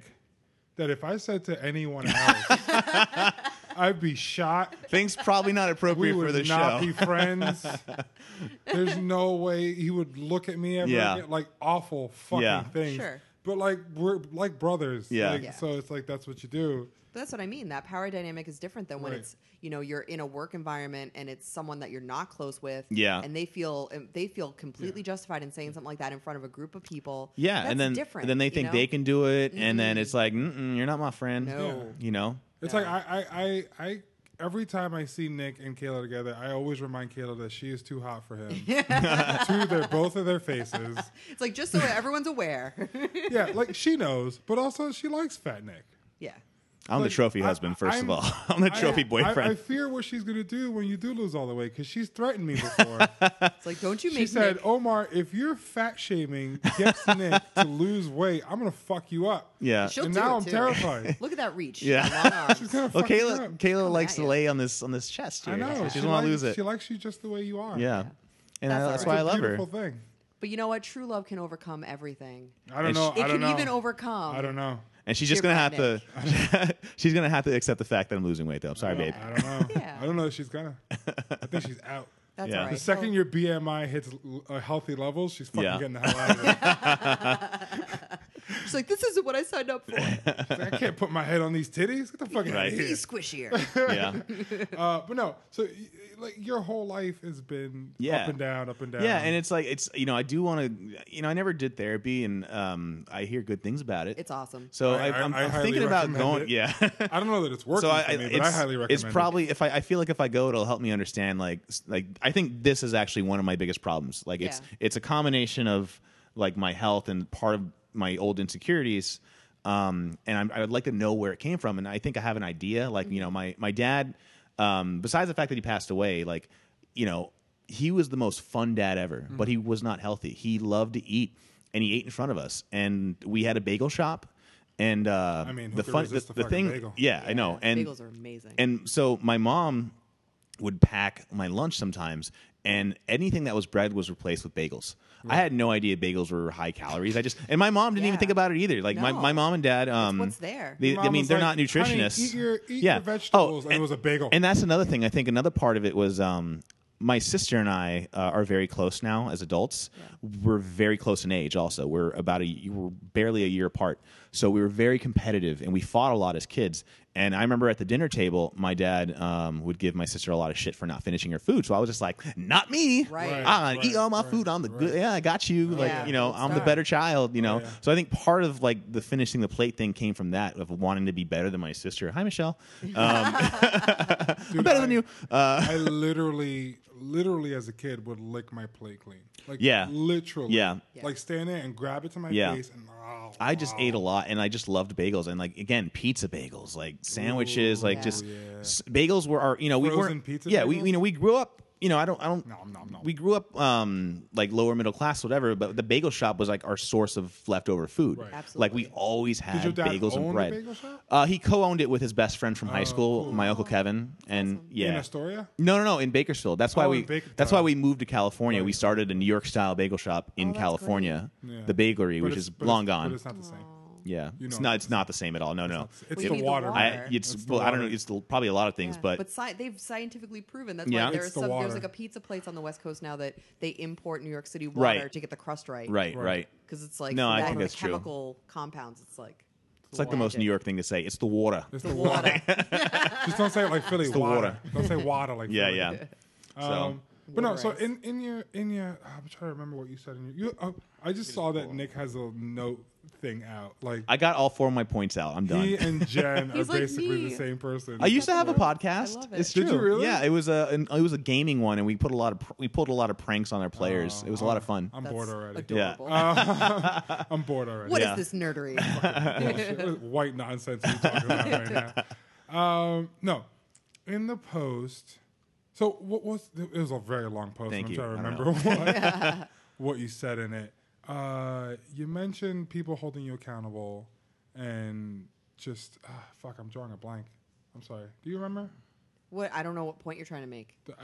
[SPEAKER 2] that if I said to anyone else, I'd be shot.
[SPEAKER 4] Things probably not
[SPEAKER 2] We
[SPEAKER 4] appropriate for
[SPEAKER 2] would
[SPEAKER 4] the show.
[SPEAKER 2] not be friends. There's no way he would look at me ever
[SPEAKER 4] Yeah.
[SPEAKER 2] again. Like awful fucking
[SPEAKER 4] Yeah.
[SPEAKER 2] things.
[SPEAKER 3] Sure.
[SPEAKER 2] But like we're like brothers.
[SPEAKER 4] Yeah.
[SPEAKER 2] Like,
[SPEAKER 3] Yeah.
[SPEAKER 2] So it's like that's what you do.
[SPEAKER 3] But that's what I mean. That power dynamic is different than when
[SPEAKER 2] Right.
[SPEAKER 3] it's you know you're in a work environment and it's someone that you're not close with.
[SPEAKER 4] Yeah.
[SPEAKER 3] and they feel they feel completely justified in saying something like that in front of a group of people.
[SPEAKER 4] yeah,
[SPEAKER 3] That's
[SPEAKER 4] and then
[SPEAKER 3] different.
[SPEAKER 4] and then they
[SPEAKER 3] you
[SPEAKER 4] think
[SPEAKER 3] know? Mm-hmm.
[SPEAKER 4] they can do it, and then it's like, Mm-mm, you're not my friend.
[SPEAKER 3] No.
[SPEAKER 4] You know.
[SPEAKER 2] It's
[SPEAKER 3] Yeah.
[SPEAKER 2] like I, I, I, I, every time I see Nick and Kayla together, I always remind Kayla that she is too hot for him. to their both of their faces.
[SPEAKER 3] It's like just so everyone's aware.
[SPEAKER 2] Yeah, like she knows, but also she likes Fat Nick.
[SPEAKER 3] yeah,
[SPEAKER 4] I'm
[SPEAKER 2] Like,
[SPEAKER 4] the trophy
[SPEAKER 2] I-
[SPEAKER 4] husband, first
[SPEAKER 2] I'm-
[SPEAKER 4] of all. I'm the
[SPEAKER 2] I-
[SPEAKER 4] trophy
[SPEAKER 2] I-
[SPEAKER 4] boyfriend.
[SPEAKER 2] I, fear what she's gonna do when you do lose all the weight because she's threatened me before.
[SPEAKER 3] it's like don't you make
[SPEAKER 2] she said,
[SPEAKER 4] "Oh."
[SPEAKER 3] Nick-
[SPEAKER 2] "Omar, if you're fat shaming gets Nick to lose weight, I'm gonna fuck you up."
[SPEAKER 4] yeah.
[SPEAKER 3] She'll
[SPEAKER 2] and
[SPEAKER 3] do
[SPEAKER 2] now
[SPEAKER 3] it
[SPEAKER 2] I'm
[SPEAKER 3] too.
[SPEAKER 2] terrified.
[SPEAKER 3] look at that reach.
[SPEAKER 4] Yeah.
[SPEAKER 3] the long arms.
[SPEAKER 2] She's gonna
[SPEAKER 4] Well,
[SPEAKER 2] fuck you
[SPEAKER 4] Kayla,
[SPEAKER 2] up.
[SPEAKER 4] Kayla
[SPEAKER 3] Come
[SPEAKER 4] likes
[SPEAKER 3] at
[SPEAKER 4] to
[SPEAKER 3] you.
[SPEAKER 4] lay on this on this chest. Here.
[SPEAKER 2] I know.
[SPEAKER 4] She
[SPEAKER 2] she
[SPEAKER 4] doesn't want
[SPEAKER 2] likes-
[SPEAKER 4] to lose it.
[SPEAKER 2] She likes you just the way you are.
[SPEAKER 4] Yeah.
[SPEAKER 3] That's
[SPEAKER 4] And I,
[SPEAKER 3] all right.
[SPEAKER 4] that's why
[SPEAKER 2] It's
[SPEAKER 4] I
[SPEAKER 2] a
[SPEAKER 4] love her.
[SPEAKER 2] beautiful thing.
[SPEAKER 3] But you know what? True love can overcome everything.
[SPEAKER 2] I don't
[SPEAKER 4] And
[SPEAKER 2] know.
[SPEAKER 4] she-
[SPEAKER 2] I
[SPEAKER 3] It
[SPEAKER 2] don't
[SPEAKER 3] can
[SPEAKER 2] know.
[SPEAKER 3] even overcome.
[SPEAKER 2] I don't know.
[SPEAKER 4] And she's just
[SPEAKER 3] You're
[SPEAKER 4] gonna have
[SPEAKER 3] right,
[SPEAKER 4] to she's gonna have to accept the fact that I'm losing weight though. I'm sorry, babe.
[SPEAKER 2] I don't know.
[SPEAKER 3] Yeah.
[SPEAKER 2] I don't know if she's gonna. I think she's out.
[SPEAKER 3] That's
[SPEAKER 4] Yeah.
[SPEAKER 3] all
[SPEAKER 4] The
[SPEAKER 3] right.
[SPEAKER 2] The second
[SPEAKER 3] Well,
[SPEAKER 2] your BMI hits l- uh, healthy levels, she's fucking
[SPEAKER 4] Yeah.
[SPEAKER 2] getting the hell out of there.
[SPEAKER 3] she's like, this isn't what I signed up for.
[SPEAKER 2] She's like, I can't put my head on these titties. Get the fuck out
[SPEAKER 4] Right.
[SPEAKER 2] of here.
[SPEAKER 3] Be squishier.
[SPEAKER 4] Yeah.
[SPEAKER 2] Uh, but no, so y- like your whole life has been
[SPEAKER 4] Yeah.
[SPEAKER 2] up and down, up and down.
[SPEAKER 4] Yeah, and it's like it's you know, I do wanna you know, I never did therapy and um I hear good things about it.
[SPEAKER 3] It's awesome.
[SPEAKER 4] so
[SPEAKER 2] I-
[SPEAKER 4] I,
[SPEAKER 2] I-
[SPEAKER 4] I'm,
[SPEAKER 2] I
[SPEAKER 4] I'm
[SPEAKER 2] highly
[SPEAKER 4] thinking about
[SPEAKER 2] recommend
[SPEAKER 4] going
[SPEAKER 2] it.
[SPEAKER 4] yeah.
[SPEAKER 2] I don't know that it's working
[SPEAKER 4] So I,
[SPEAKER 2] for me, but
[SPEAKER 4] it's,
[SPEAKER 2] I highly recommend.
[SPEAKER 4] it's
[SPEAKER 2] it.
[SPEAKER 4] probably if I, I feel like if I go, it'll help me understand. Like, s- like I think this is actually one of my biggest problems. Like, it's
[SPEAKER 3] Yeah.
[SPEAKER 4] it's a combination of like my health and part of my old insecurities. Um, and I'm, I would like to know where it came from. And I think I have an idea. Like, you know, my my dad, um, besides the fact that he passed away, like, you know, he was the most fun dad ever, but he was not healthy. He loved to eat, and he ate in front of us. And we had a bagel shop. And uh,
[SPEAKER 2] I mean, who
[SPEAKER 4] the
[SPEAKER 2] could
[SPEAKER 4] fun, the,
[SPEAKER 2] resist a
[SPEAKER 4] the
[SPEAKER 2] fucking
[SPEAKER 4] thing,
[SPEAKER 2] bagel?
[SPEAKER 4] yeah, I know. And
[SPEAKER 3] bagels are amazing.
[SPEAKER 4] and so my mom would pack my lunch sometimes and anything that was bread was replaced with bagels. I had no idea bagels were high calories. I just and my mom didn't even
[SPEAKER 3] Yeah.
[SPEAKER 4] think about it either. Like my,
[SPEAKER 3] No.
[SPEAKER 4] my mom and dad, um,
[SPEAKER 3] what's there.
[SPEAKER 4] They,
[SPEAKER 2] Mom
[SPEAKER 4] I mean,
[SPEAKER 2] was
[SPEAKER 4] they're
[SPEAKER 2] like,
[SPEAKER 4] not nutritionists. Oh,
[SPEAKER 2] "Honey, eat your- eat your vegetables," and it was a bagel.
[SPEAKER 4] And that's another thing. I think another part of it was um, my sister and I uh, are very close now as adults. We're very close in age. Also, we're about a we're barely a year apart. So we were very competitive, and we fought a lot as kids. And I remember at the dinner table, my dad um, would give my sister a lot of shit for not finishing her food. So I was just like, "Not me!
[SPEAKER 3] Right. Right,
[SPEAKER 4] I eat
[SPEAKER 2] right,
[SPEAKER 4] all my
[SPEAKER 2] right,
[SPEAKER 4] food. I'm the
[SPEAKER 2] right.
[SPEAKER 4] good. Yeah, I got you.
[SPEAKER 2] Oh,
[SPEAKER 4] like
[SPEAKER 3] yeah.
[SPEAKER 4] you know,
[SPEAKER 3] Good
[SPEAKER 4] I'm the
[SPEAKER 3] start.
[SPEAKER 4] better child. You know."
[SPEAKER 2] yeah.
[SPEAKER 4] So I think part of like the finishing the plate thing came from that of wanting to be better than my sister. Hi, Michelle. Um, I'm
[SPEAKER 2] Dude,
[SPEAKER 4] better
[SPEAKER 2] I-
[SPEAKER 4] than you. Uh,
[SPEAKER 2] I literally, literally as a kid would lick my plate clean. Like
[SPEAKER 4] Yeah.
[SPEAKER 2] literally.
[SPEAKER 4] Yeah.
[SPEAKER 3] Yeah.
[SPEAKER 2] Like stand there and grab it to my
[SPEAKER 4] Yeah.
[SPEAKER 2] face and oh,
[SPEAKER 4] I just ate a lot, and I just loved bagels, and like again, pizza bagels, like sandwiches, like
[SPEAKER 3] yeah.
[SPEAKER 4] just
[SPEAKER 2] Yeah.
[SPEAKER 4] s- bagels were our you know we
[SPEAKER 2] Frozen
[SPEAKER 4] weren't
[SPEAKER 2] pizza
[SPEAKER 4] yeah we
[SPEAKER 2] bagels?
[SPEAKER 4] you know we grew up you know I don't I don't
[SPEAKER 2] No, no, no.
[SPEAKER 4] we grew up um like lower middle class whatever, but the bagel shop was like our source of leftover food.
[SPEAKER 2] Right.
[SPEAKER 4] Like
[SPEAKER 3] Absolutely.
[SPEAKER 4] we always had
[SPEAKER 2] your dad
[SPEAKER 4] bagels
[SPEAKER 2] own a
[SPEAKER 4] and bread.
[SPEAKER 2] bagel shop?
[SPEAKER 4] Uh, he co-owned it with his best friend from high
[SPEAKER 2] Oh,
[SPEAKER 4] school,
[SPEAKER 2] cool.
[SPEAKER 4] my uncle Kevin, and yeah.
[SPEAKER 2] in Astoria?
[SPEAKER 4] No, no, no, in Bakersfield. That's why
[SPEAKER 2] Oh,
[SPEAKER 4] we
[SPEAKER 2] in Baker-
[SPEAKER 4] that's
[SPEAKER 2] oh.
[SPEAKER 4] why we moved to California. We
[SPEAKER 2] Right.
[SPEAKER 4] started a New York style bagel shop in
[SPEAKER 3] Oh, that's
[SPEAKER 4] California,
[SPEAKER 2] Yeah.
[SPEAKER 4] the Bakery,
[SPEAKER 2] But
[SPEAKER 4] which
[SPEAKER 2] it's-
[SPEAKER 4] is
[SPEAKER 2] but
[SPEAKER 4] long
[SPEAKER 2] it's-
[SPEAKER 4] gone.
[SPEAKER 2] But it's not the same.
[SPEAKER 4] yeah,
[SPEAKER 2] you
[SPEAKER 4] it's
[SPEAKER 2] know
[SPEAKER 4] not it's not the same at all. No, no.
[SPEAKER 2] It's
[SPEAKER 4] It-
[SPEAKER 2] the
[SPEAKER 3] need the
[SPEAKER 2] water.
[SPEAKER 3] water.
[SPEAKER 4] I,
[SPEAKER 2] man.
[SPEAKER 4] it's
[SPEAKER 2] It's the
[SPEAKER 4] well, I don't know.
[SPEAKER 2] water.
[SPEAKER 4] It's the, probably a lot of things,
[SPEAKER 3] Yeah.
[SPEAKER 4] but,
[SPEAKER 3] sci- they've scientifically proven that's
[SPEAKER 4] Yeah.
[SPEAKER 3] why there's
[SPEAKER 2] It's the
[SPEAKER 3] some there's
[SPEAKER 2] water.
[SPEAKER 3] like a pizza place on the West Coast now that they import New York City water
[SPEAKER 4] Right.
[SPEAKER 3] to get the crust right.
[SPEAKER 4] right,
[SPEAKER 2] Right.
[SPEAKER 4] right.
[SPEAKER 3] Because it's like
[SPEAKER 4] No, I
[SPEAKER 3] that
[SPEAKER 4] think
[SPEAKER 3] and the
[SPEAKER 4] that's true.
[SPEAKER 3] chemical compounds. It's like
[SPEAKER 4] It's like the most New York thing to say. It's the water.
[SPEAKER 2] It's
[SPEAKER 3] The
[SPEAKER 2] the
[SPEAKER 3] water.
[SPEAKER 2] water. just don't say it like Philly.
[SPEAKER 4] the
[SPEAKER 2] water.
[SPEAKER 4] water.
[SPEAKER 2] Don't say water like
[SPEAKER 4] Yeah,
[SPEAKER 2] Philly.
[SPEAKER 4] yeah. So
[SPEAKER 2] Um, but no, so
[SPEAKER 3] Water ice.
[SPEAKER 2] in, in your in your, I'm trying to remember what you said. In your, you, oh, I just saw that Nick has a note thing out. Like
[SPEAKER 4] I got all four of my points out. I'm done.
[SPEAKER 2] he and Jen are
[SPEAKER 3] He's like
[SPEAKER 2] basically
[SPEAKER 3] me.
[SPEAKER 2] the same person.
[SPEAKER 4] I used to have a
[SPEAKER 3] I
[SPEAKER 4] podcast.
[SPEAKER 3] love it.
[SPEAKER 4] It's true.
[SPEAKER 2] Did you really?
[SPEAKER 4] Yeah, it was a an, it was a gaming one, and we put a lot of pr- we pulled a lot of pranks on our players.
[SPEAKER 2] Oh,
[SPEAKER 4] it was a lot of fun.
[SPEAKER 2] I'm
[SPEAKER 3] That's
[SPEAKER 2] bored already. Uh,
[SPEAKER 3] Adorable.
[SPEAKER 2] I'm bored already.
[SPEAKER 3] What is
[SPEAKER 4] Yeah.
[SPEAKER 3] this nerdery?
[SPEAKER 2] Bullshit. What is white nonsense are you talking about right now? Um, no, in the post. So what was it was a very long post.
[SPEAKER 4] Thank
[SPEAKER 2] and
[SPEAKER 4] you.
[SPEAKER 2] I'm
[SPEAKER 4] I
[SPEAKER 2] trying
[SPEAKER 4] don't
[SPEAKER 2] to remember what, what you said in it. Uh, you mentioned people holding you accountable, and just ah, fuck. I'm drawing a blank. I'm sorry. Do you remember?
[SPEAKER 3] what I don't know what point you're trying to make.
[SPEAKER 2] The- uh,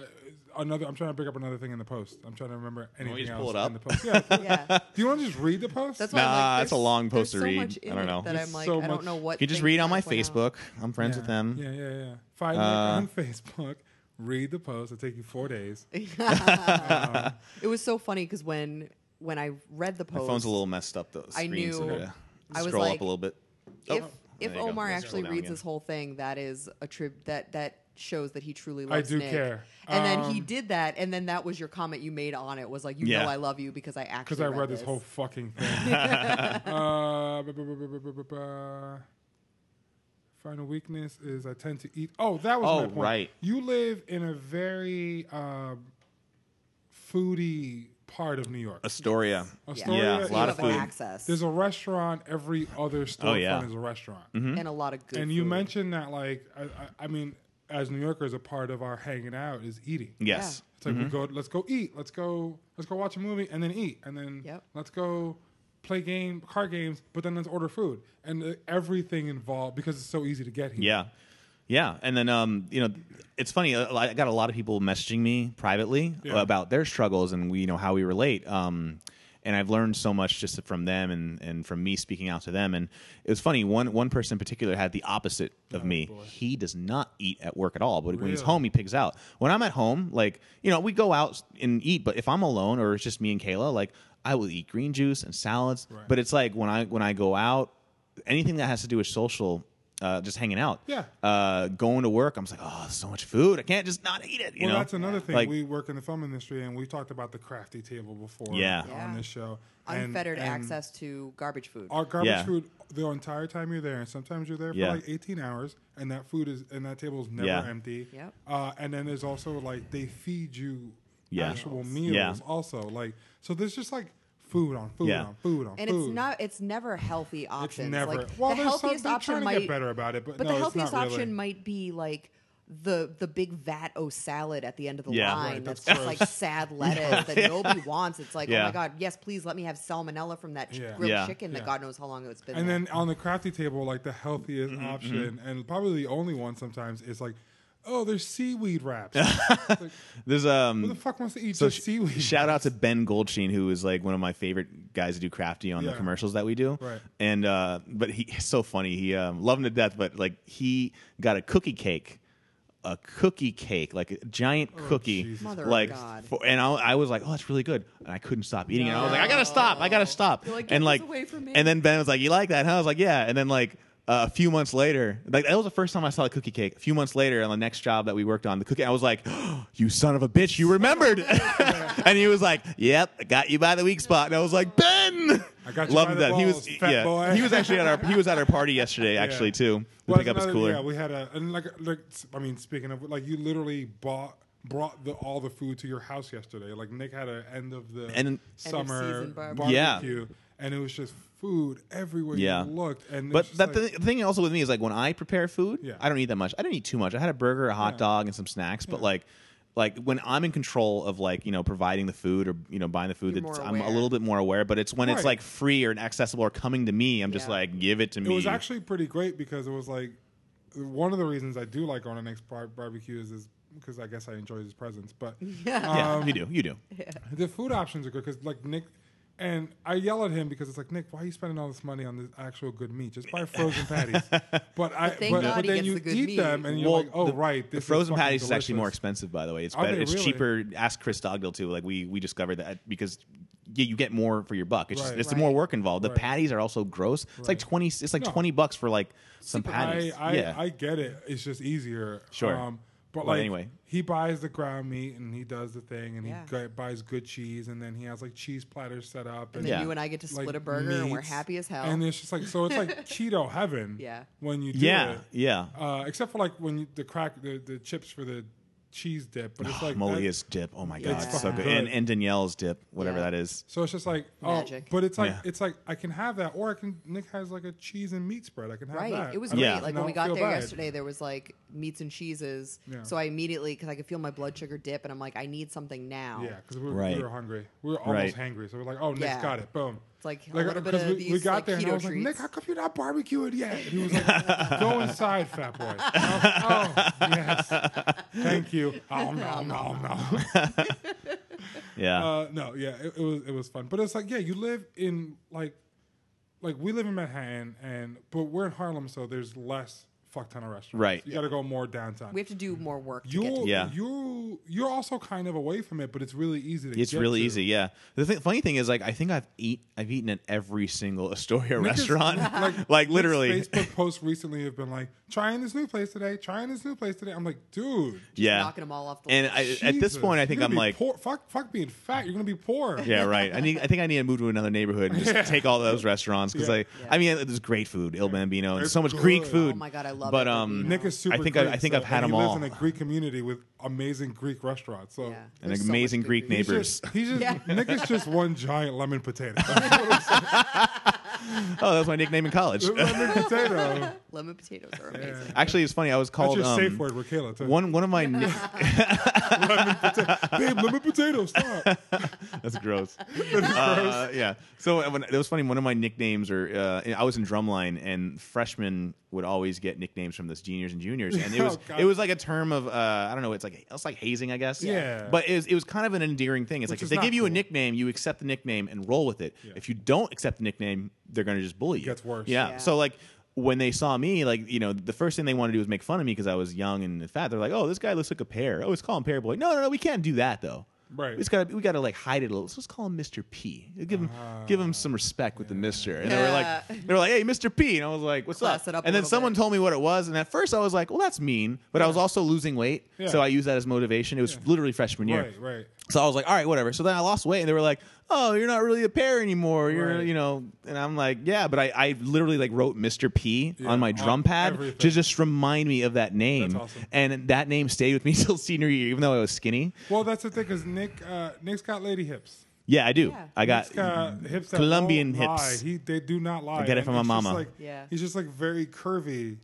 [SPEAKER 2] Another. I'm trying to bring up another thing in the post. I'm trying to remember
[SPEAKER 4] me
[SPEAKER 2] anything
[SPEAKER 4] just
[SPEAKER 2] else
[SPEAKER 4] pull it
[SPEAKER 2] in the
[SPEAKER 4] up?
[SPEAKER 2] post. Yeah.
[SPEAKER 3] Yeah.
[SPEAKER 2] Do you want to just read the post?
[SPEAKER 3] That's why I'm
[SPEAKER 4] Nah,
[SPEAKER 3] like,
[SPEAKER 4] that's a
[SPEAKER 3] there's-
[SPEAKER 4] long
[SPEAKER 3] there's
[SPEAKER 4] post to
[SPEAKER 3] so
[SPEAKER 4] read.
[SPEAKER 3] much in
[SPEAKER 4] I don't
[SPEAKER 3] it
[SPEAKER 4] know.
[SPEAKER 3] That
[SPEAKER 2] There's
[SPEAKER 3] I'm like,
[SPEAKER 2] so
[SPEAKER 3] I
[SPEAKER 2] much-
[SPEAKER 3] don't know what.
[SPEAKER 4] You just
[SPEAKER 3] things
[SPEAKER 4] read on
[SPEAKER 3] I
[SPEAKER 4] my
[SPEAKER 3] point out.
[SPEAKER 4] Facebook. I'm friends with
[SPEAKER 2] Yeah.
[SPEAKER 4] them. Uh,
[SPEAKER 2] Yeah, yeah, yeah. Find Nick on Facebook. Read the post. It'll take you four days.
[SPEAKER 3] It was so funny because when when I read the
[SPEAKER 4] My
[SPEAKER 3] post,
[SPEAKER 4] phone's a little messed up. The
[SPEAKER 3] I
[SPEAKER 4] screen, so
[SPEAKER 3] knew-
[SPEAKER 4] yeah.
[SPEAKER 3] I was
[SPEAKER 4] scroll
[SPEAKER 3] like,
[SPEAKER 4] up a little bit.
[SPEAKER 3] if
[SPEAKER 4] Oh,
[SPEAKER 3] if
[SPEAKER 4] there you go.
[SPEAKER 3] Omar
[SPEAKER 4] Yeah, scroll
[SPEAKER 3] actually
[SPEAKER 4] down
[SPEAKER 3] reads
[SPEAKER 4] again.
[SPEAKER 3] this whole thing, that is a trip that that shows that he truly loves
[SPEAKER 2] do
[SPEAKER 3] Nick.
[SPEAKER 2] care.
[SPEAKER 3] And then he
[SPEAKER 2] Um,
[SPEAKER 3] did that, and then that was your comment you made on it was like, you
[SPEAKER 4] Yeah.
[SPEAKER 3] know, I love you because I actually
[SPEAKER 2] Because I read this whole fucking thing. uh, bu- bu- bu- bu- bu- bu- bu- bu- Final weakness is I tend to eat. Oh, that was
[SPEAKER 4] Oh,
[SPEAKER 2] my point.
[SPEAKER 4] right.
[SPEAKER 2] You live in a very um, foodie part of New York.
[SPEAKER 4] Astoria.
[SPEAKER 2] Astoria
[SPEAKER 4] Yeah, a
[SPEAKER 2] is-
[SPEAKER 4] lot
[SPEAKER 2] You
[SPEAKER 4] of
[SPEAKER 2] have
[SPEAKER 4] food.
[SPEAKER 3] access
[SPEAKER 2] There's a restaurant. Every other storefront
[SPEAKER 4] Oh, yeah. Mm-hmm.
[SPEAKER 2] is a restaurant.
[SPEAKER 3] and a lot of good.
[SPEAKER 2] And you
[SPEAKER 3] food.
[SPEAKER 2] mentioned that, like, I, I, I mean, as New Yorkers, a part of our hanging out is eating.
[SPEAKER 4] Yes.
[SPEAKER 2] It's like we go, let's go eat, let's go, let's go watch a movie, and then eat, and then
[SPEAKER 3] Yep.
[SPEAKER 2] let's go play game, card games, but then let's order food, and uh, everything involved because it's so easy to get here.
[SPEAKER 4] Yeah. Yeah, and then um, you know, it's funny. uh, I got a lot of people messaging me privately
[SPEAKER 2] Yeah.
[SPEAKER 4] about their struggles and we, you know how we relate. Um, and I've learned so much just from them and, and from me speaking out to them. And it was funny. One one person in particular had the opposite of me. He does not eat at work at all, but when he's
[SPEAKER 2] Really?
[SPEAKER 4] home, he pigs out. When I'm at home, like you know, we go out and eat. But if I'm alone or it's just me and Kayla, like I will eat green juice and salads.
[SPEAKER 2] Right.
[SPEAKER 4] But it's like when I when I go out, anything that has to do with social. Uh, just hanging out
[SPEAKER 2] Yeah.
[SPEAKER 4] uh, going to work, I'm just like, oh, so much food. I can't just not eat it. You
[SPEAKER 2] well,
[SPEAKER 4] know,
[SPEAKER 2] that's another thing.
[SPEAKER 4] Like,
[SPEAKER 2] we work in the film industry, and we talked about the crafty table before
[SPEAKER 4] Yeah.
[SPEAKER 2] on
[SPEAKER 3] Yeah.
[SPEAKER 2] this show. And-
[SPEAKER 3] unfettered
[SPEAKER 2] and
[SPEAKER 3] access to garbage food.
[SPEAKER 2] Our garbage
[SPEAKER 4] Yeah.
[SPEAKER 2] food the entire time you're there, and sometimes you're there for
[SPEAKER 4] Yeah.
[SPEAKER 2] like 18 hours, and that food is and that table is never
[SPEAKER 4] Yeah.
[SPEAKER 2] empty.
[SPEAKER 3] Yep.
[SPEAKER 2] Uh, and then there's also like they feed you
[SPEAKER 4] Yeah.
[SPEAKER 2] actual meals.
[SPEAKER 4] Yeah.
[SPEAKER 2] Also, like so, there's just like food on food
[SPEAKER 4] Yeah.
[SPEAKER 2] on food on
[SPEAKER 3] and
[SPEAKER 2] food.
[SPEAKER 3] it's not it's never healthy options.
[SPEAKER 2] never-
[SPEAKER 3] like
[SPEAKER 2] well,
[SPEAKER 3] the
[SPEAKER 2] there's some-
[SPEAKER 3] healthiest
[SPEAKER 2] they're
[SPEAKER 3] option
[SPEAKER 2] trying to
[SPEAKER 3] might
[SPEAKER 2] get better about it, but no,
[SPEAKER 3] the
[SPEAKER 2] it's
[SPEAKER 3] healthiest
[SPEAKER 2] not really.
[SPEAKER 3] option might be like the the big vat o salad at the end of the
[SPEAKER 4] Yeah.
[SPEAKER 3] line
[SPEAKER 4] Right,
[SPEAKER 3] that's,
[SPEAKER 2] that's
[SPEAKER 3] just like
[SPEAKER 2] gross.
[SPEAKER 3] sad lettuce that nobody wants. It's like, oh
[SPEAKER 4] Yeah.
[SPEAKER 3] my god, yes, please let me have salmonella from that ch-
[SPEAKER 2] Yeah.
[SPEAKER 3] grilled
[SPEAKER 4] Yeah.
[SPEAKER 3] chicken
[SPEAKER 2] Yeah.
[SPEAKER 3] that God knows how long it's been.
[SPEAKER 2] And
[SPEAKER 3] there.
[SPEAKER 4] Mm-hmm,
[SPEAKER 2] then on the crafty table, like the healthiest option and probably the only one sometimes is like oh, there's seaweed wraps. It's like,
[SPEAKER 4] There's um.
[SPEAKER 2] who the fuck wants to eat
[SPEAKER 4] So
[SPEAKER 2] just
[SPEAKER 4] sh-
[SPEAKER 2] seaweed?
[SPEAKER 4] shout out to Ben Goldstein, who is like one of my favorite guys to do crafty on
[SPEAKER 2] Yeah.
[SPEAKER 4] the commercials that we do.
[SPEAKER 2] Right.
[SPEAKER 4] And uh, but he, he's so funny. He um, love him to death, but like he got a cookie cake, a cookie cake, like a giant cookie,
[SPEAKER 2] Oh, Jesus.
[SPEAKER 3] Mother of
[SPEAKER 4] like
[SPEAKER 3] God.
[SPEAKER 4] for- and I, I was like, oh, that's really good, and I couldn't stop eating it. I was like, I gotta stop, I gotta stop,
[SPEAKER 3] You're like, "Get
[SPEAKER 4] and
[SPEAKER 3] this
[SPEAKER 4] like,
[SPEAKER 3] away from me."
[SPEAKER 4] and then Ben was like, you like that? And I was like, yeah, and then like. Uh, a few months later, like that was the first time I saw a cookie cake. A few months later, on the next job that we worked on, the cookie, I was like, "You son of a bitch, you remembered!" and he was like, "Yep, I got you by the weak spot." And I was like, "Ben,
[SPEAKER 2] I got you by the
[SPEAKER 4] that." he was,
[SPEAKER 2] balls, fat
[SPEAKER 4] yeah,
[SPEAKER 2] boy.
[SPEAKER 4] he was actually at our he was at our party yesterday, actually too. To
[SPEAKER 2] Well,
[SPEAKER 4] pick up his
[SPEAKER 2] another-
[SPEAKER 4] cooler.
[SPEAKER 2] Yeah, we had a and like like I mean, speaking of like you literally bought brought the all the food to your house yesterday. Like Nick had an end of the
[SPEAKER 4] End- End of
[SPEAKER 2] summer
[SPEAKER 3] season barbecue.
[SPEAKER 4] Yeah.
[SPEAKER 2] barbecue, and it was just food everywhere
[SPEAKER 4] Yeah.
[SPEAKER 2] you looked. And it
[SPEAKER 4] But
[SPEAKER 2] was just
[SPEAKER 4] that
[SPEAKER 2] like,
[SPEAKER 4] the thing also with me is like when I prepare food,
[SPEAKER 2] Yeah.
[SPEAKER 4] I don't eat that much. I don't eat too much. I had a burger, a hot dog, and some snacks. But like, like when I'm in control of like you know providing the food or you know buying the food,
[SPEAKER 3] You're
[SPEAKER 4] that's,
[SPEAKER 3] more
[SPEAKER 4] I'm a
[SPEAKER 3] aware.
[SPEAKER 4] little bit more aware. But it's when it's
[SPEAKER 2] Right.
[SPEAKER 4] like free or accessible or coming to me, I'm just
[SPEAKER 3] Yeah.
[SPEAKER 4] like give it to me.
[SPEAKER 2] It was actually pretty great because it was like one of the reasons I do like on our next bar- barbecue is is because I guess I enjoy his presence. But
[SPEAKER 4] yeah,
[SPEAKER 2] um,
[SPEAKER 4] you do, you do.
[SPEAKER 2] the food options are good because like Nick and I yell at him because it's like Nick, why are you spending all this money on this actual good meat? Just buy frozen patties. But I but,
[SPEAKER 3] thank
[SPEAKER 2] but,
[SPEAKER 3] God he
[SPEAKER 2] then
[SPEAKER 3] gets
[SPEAKER 2] you
[SPEAKER 3] the good
[SPEAKER 2] eat
[SPEAKER 3] meat.
[SPEAKER 2] them and you're like, oh
[SPEAKER 4] the,
[SPEAKER 2] right,
[SPEAKER 4] the
[SPEAKER 2] this
[SPEAKER 4] frozen
[SPEAKER 2] is fucking
[SPEAKER 4] patties is actually more
[SPEAKER 2] delicious.
[SPEAKER 4] expensive, by the way. It's
[SPEAKER 2] Are
[SPEAKER 4] better,
[SPEAKER 2] they
[SPEAKER 4] it's
[SPEAKER 2] really?
[SPEAKER 4] cheaper. Ask Chris Dogdale too. Like we we discovered that because yeah, you get more for your buck. It's just,
[SPEAKER 2] Right.
[SPEAKER 4] it's
[SPEAKER 3] Right.
[SPEAKER 4] more work involved. The patties are also gross. It's like twenty. It's like
[SPEAKER 2] No.
[SPEAKER 4] twenty bucks for like some patties.
[SPEAKER 2] I, I,
[SPEAKER 4] yeah,
[SPEAKER 2] I get it. It's just easier. Um,
[SPEAKER 4] Sure.
[SPEAKER 2] but
[SPEAKER 4] Well,
[SPEAKER 2] like,
[SPEAKER 4] anyway.
[SPEAKER 2] he buys the ground meat and he does the thing and
[SPEAKER 3] Yeah.
[SPEAKER 2] he gu- buys good cheese and then he has like cheese platters set up and,
[SPEAKER 3] And then
[SPEAKER 4] Yeah.
[SPEAKER 3] you and I get to split
[SPEAKER 2] like,
[SPEAKER 3] a burger, and we're
[SPEAKER 2] meats.
[SPEAKER 3] happy as hell.
[SPEAKER 2] And it's just like so it's like keto heaven.
[SPEAKER 3] Yeah.
[SPEAKER 2] When you do
[SPEAKER 4] yeah,
[SPEAKER 2] it.
[SPEAKER 4] yeah.
[SPEAKER 2] Uh, except for like when you, the crack the, the chips for the cheese dip, but it's like that-
[SPEAKER 4] Molia's dip. Oh my god,
[SPEAKER 2] It's
[SPEAKER 4] it's so
[SPEAKER 2] fucking
[SPEAKER 4] good.
[SPEAKER 2] good.
[SPEAKER 4] And, and Danielle's dip, whatever
[SPEAKER 3] Yeah.
[SPEAKER 4] that is.
[SPEAKER 2] So it's just like oh,
[SPEAKER 3] Magic.
[SPEAKER 2] but it's like
[SPEAKER 4] Yeah.
[SPEAKER 2] it's like I can have that, or I can Nick has like a cheese and meat spread. I can have
[SPEAKER 3] Right.
[SPEAKER 2] that.
[SPEAKER 3] It was
[SPEAKER 2] I don't-
[SPEAKER 3] great.
[SPEAKER 4] Yeah.
[SPEAKER 3] Like
[SPEAKER 2] and I
[SPEAKER 3] when we
[SPEAKER 2] don't
[SPEAKER 3] got
[SPEAKER 2] feel
[SPEAKER 3] there
[SPEAKER 2] bad.
[SPEAKER 3] yesterday, there was like meats and cheeses.
[SPEAKER 2] Yeah.
[SPEAKER 3] So I immediately, because I could feel my blood sugar dip, and I'm like, I need something now.
[SPEAKER 2] Yeah, because we, were
[SPEAKER 4] Right.
[SPEAKER 2] we were hungry. We were almost
[SPEAKER 4] Right.
[SPEAKER 2] hangry, so we're like, oh, Nick's
[SPEAKER 3] Yeah.
[SPEAKER 2] got it. Boom. uh,
[SPEAKER 3] It's like a little bit
[SPEAKER 2] 'cause
[SPEAKER 3] of
[SPEAKER 2] we, we
[SPEAKER 3] these,
[SPEAKER 2] got
[SPEAKER 3] like,
[SPEAKER 2] there and I
[SPEAKER 3] keto
[SPEAKER 2] was like, Nick,
[SPEAKER 3] treats.
[SPEAKER 2] how come you're not barbecuing yet? And he was like, go inside, fat boy. oh, oh, yes. Thank you. Oh no, no, no.
[SPEAKER 4] Yeah,
[SPEAKER 2] Uh, no, yeah, it, it was it was fun, but it's like yeah, you live in like like we live in Manhattan, and but we're in Harlem, so there's less fuck ton of restaurants.
[SPEAKER 4] Right.
[SPEAKER 2] you got to go more downtown.
[SPEAKER 3] We have to do more work. To get to
[SPEAKER 2] you
[SPEAKER 4] Yeah.
[SPEAKER 2] you you're also kind of away from it, but it's really easy to.
[SPEAKER 4] it's
[SPEAKER 2] get
[SPEAKER 4] really
[SPEAKER 2] to.
[SPEAKER 4] easy. Yeah. The th- funny thing is, like, I think I've eat I've eaten at every single Astoria
[SPEAKER 2] Nick is-
[SPEAKER 4] restaurant. like, literally.
[SPEAKER 2] Nick's Facebook posts recently have been like trying this new place today, trying this new place today. I'm like, dude.
[SPEAKER 4] yeah.
[SPEAKER 3] knocking them all off the
[SPEAKER 4] and
[SPEAKER 3] list.
[SPEAKER 4] I, at this
[SPEAKER 2] Jesus,
[SPEAKER 4] point, I
[SPEAKER 2] you're
[SPEAKER 4] think
[SPEAKER 2] gonna
[SPEAKER 4] I'm
[SPEAKER 2] be
[SPEAKER 4] like,
[SPEAKER 2] poor. fuck, fuck being fat. You're gonna be poor.
[SPEAKER 4] Yeah, right. I need. I think I need to move to another neighborhood and just take all those restaurants because
[SPEAKER 2] Yeah.
[SPEAKER 4] I. I mean, there's great food, Il Bambino, and
[SPEAKER 2] It's
[SPEAKER 4] so much Greek
[SPEAKER 2] good.
[SPEAKER 4] food.
[SPEAKER 3] Oh my God, I love
[SPEAKER 4] But
[SPEAKER 3] Il
[SPEAKER 4] um,
[SPEAKER 3] Bambino.
[SPEAKER 2] Nick is super.
[SPEAKER 4] I think
[SPEAKER 2] Greek,
[SPEAKER 4] I, I think
[SPEAKER 2] so-
[SPEAKER 4] I've had
[SPEAKER 2] and
[SPEAKER 4] them
[SPEAKER 2] he
[SPEAKER 4] all.
[SPEAKER 2] lives in a Greek community with amazing Greek restaurants. So
[SPEAKER 3] Yeah.
[SPEAKER 4] An
[SPEAKER 3] There's so
[SPEAKER 4] amazing
[SPEAKER 3] much
[SPEAKER 4] Greek
[SPEAKER 3] good
[SPEAKER 2] he's
[SPEAKER 3] food.
[SPEAKER 4] neighbors.
[SPEAKER 2] just, he's just
[SPEAKER 3] Yeah.
[SPEAKER 2] Nick is just one giant lemon potato. That's what I'm
[SPEAKER 4] Oh, that was my nickname in college.
[SPEAKER 2] saying. lemon potato.
[SPEAKER 3] Lemon potatoes are amazing.
[SPEAKER 4] Actually, it's funny. I was
[SPEAKER 2] That's
[SPEAKER 4] called
[SPEAKER 2] your safe
[SPEAKER 4] um,
[SPEAKER 2] word, Raquel. too.
[SPEAKER 4] One one of my ni-
[SPEAKER 2] babe, lemon potato. Stop.
[SPEAKER 4] that's gross. Uh, yeah. So when, it was funny. One of my nicknames, or uh, I was in drumline, and freshmen would always get nicknames from this juniors and juniors, and it
[SPEAKER 2] Oh,
[SPEAKER 4] was
[SPEAKER 2] God.
[SPEAKER 4] it was like a term of uh, I don't know. It's like it's like hazing, I guess.
[SPEAKER 2] Yeah.
[SPEAKER 4] But it was, it was kind of an endearing thing. It's
[SPEAKER 2] Which
[SPEAKER 4] like
[SPEAKER 2] is
[SPEAKER 4] if they
[SPEAKER 2] not
[SPEAKER 4] give you a
[SPEAKER 2] cool.
[SPEAKER 4] nickname, you accept the nickname and roll with it. If you don't accept the nickname, they're gonna just bully you.
[SPEAKER 2] gets worse.
[SPEAKER 4] Yeah.
[SPEAKER 3] Yeah.
[SPEAKER 4] So like. When they saw me, like you know, the first thing they wanted to do was make fun of me because I was young and fat. They're like, "Oh, this guy looks like a pear. Oh, let's call him Pear Boy." No, no, no, we can't do that though.
[SPEAKER 2] Right.
[SPEAKER 4] We just gotta we gotta like hide it a little. Let's just call him Mr. P. Give him
[SPEAKER 3] Ah.
[SPEAKER 4] give him some respect with the Mister. And they were like they were like, hey, Mr. P. And I was like, what's
[SPEAKER 3] Class
[SPEAKER 4] up?
[SPEAKER 3] it up a
[SPEAKER 4] and then
[SPEAKER 3] little
[SPEAKER 4] someone
[SPEAKER 3] bit.
[SPEAKER 4] told me what it was, and at first I was like, well, that's mean. But I was also losing weight,
[SPEAKER 2] Yeah.
[SPEAKER 4] so I used that as motivation. It was literally freshman year.
[SPEAKER 2] Right, right.
[SPEAKER 4] So I was like, all right, whatever. So then I lost weight, and they were like, oh, you're not really a pair anymore. You're,
[SPEAKER 2] Right.
[SPEAKER 4] you know. And I'm like, yeah, but I, I literally like wrote Mr. P
[SPEAKER 2] Yeah,
[SPEAKER 4] on my
[SPEAKER 2] on
[SPEAKER 4] drum pad
[SPEAKER 2] everything.
[SPEAKER 4] to just remind me of that name.
[SPEAKER 2] That's awesome.
[SPEAKER 4] And that name stayed with me till senior year, even though I was skinny.
[SPEAKER 2] Well, that's the thing because Nick, uh, Nick's got lady hips.
[SPEAKER 4] Yeah, I do.
[SPEAKER 3] Yeah.
[SPEAKER 4] I got
[SPEAKER 2] Nick's got hips that
[SPEAKER 4] Colombian
[SPEAKER 2] don't lie.
[SPEAKER 4] hips.
[SPEAKER 2] He they do not lie.
[SPEAKER 4] I get it
[SPEAKER 2] And
[SPEAKER 4] from my
[SPEAKER 2] it's just
[SPEAKER 4] mama.
[SPEAKER 2] Like,
[SPEAKER 3] Yeah.
[SPEAKER 2] he's just like very curvy,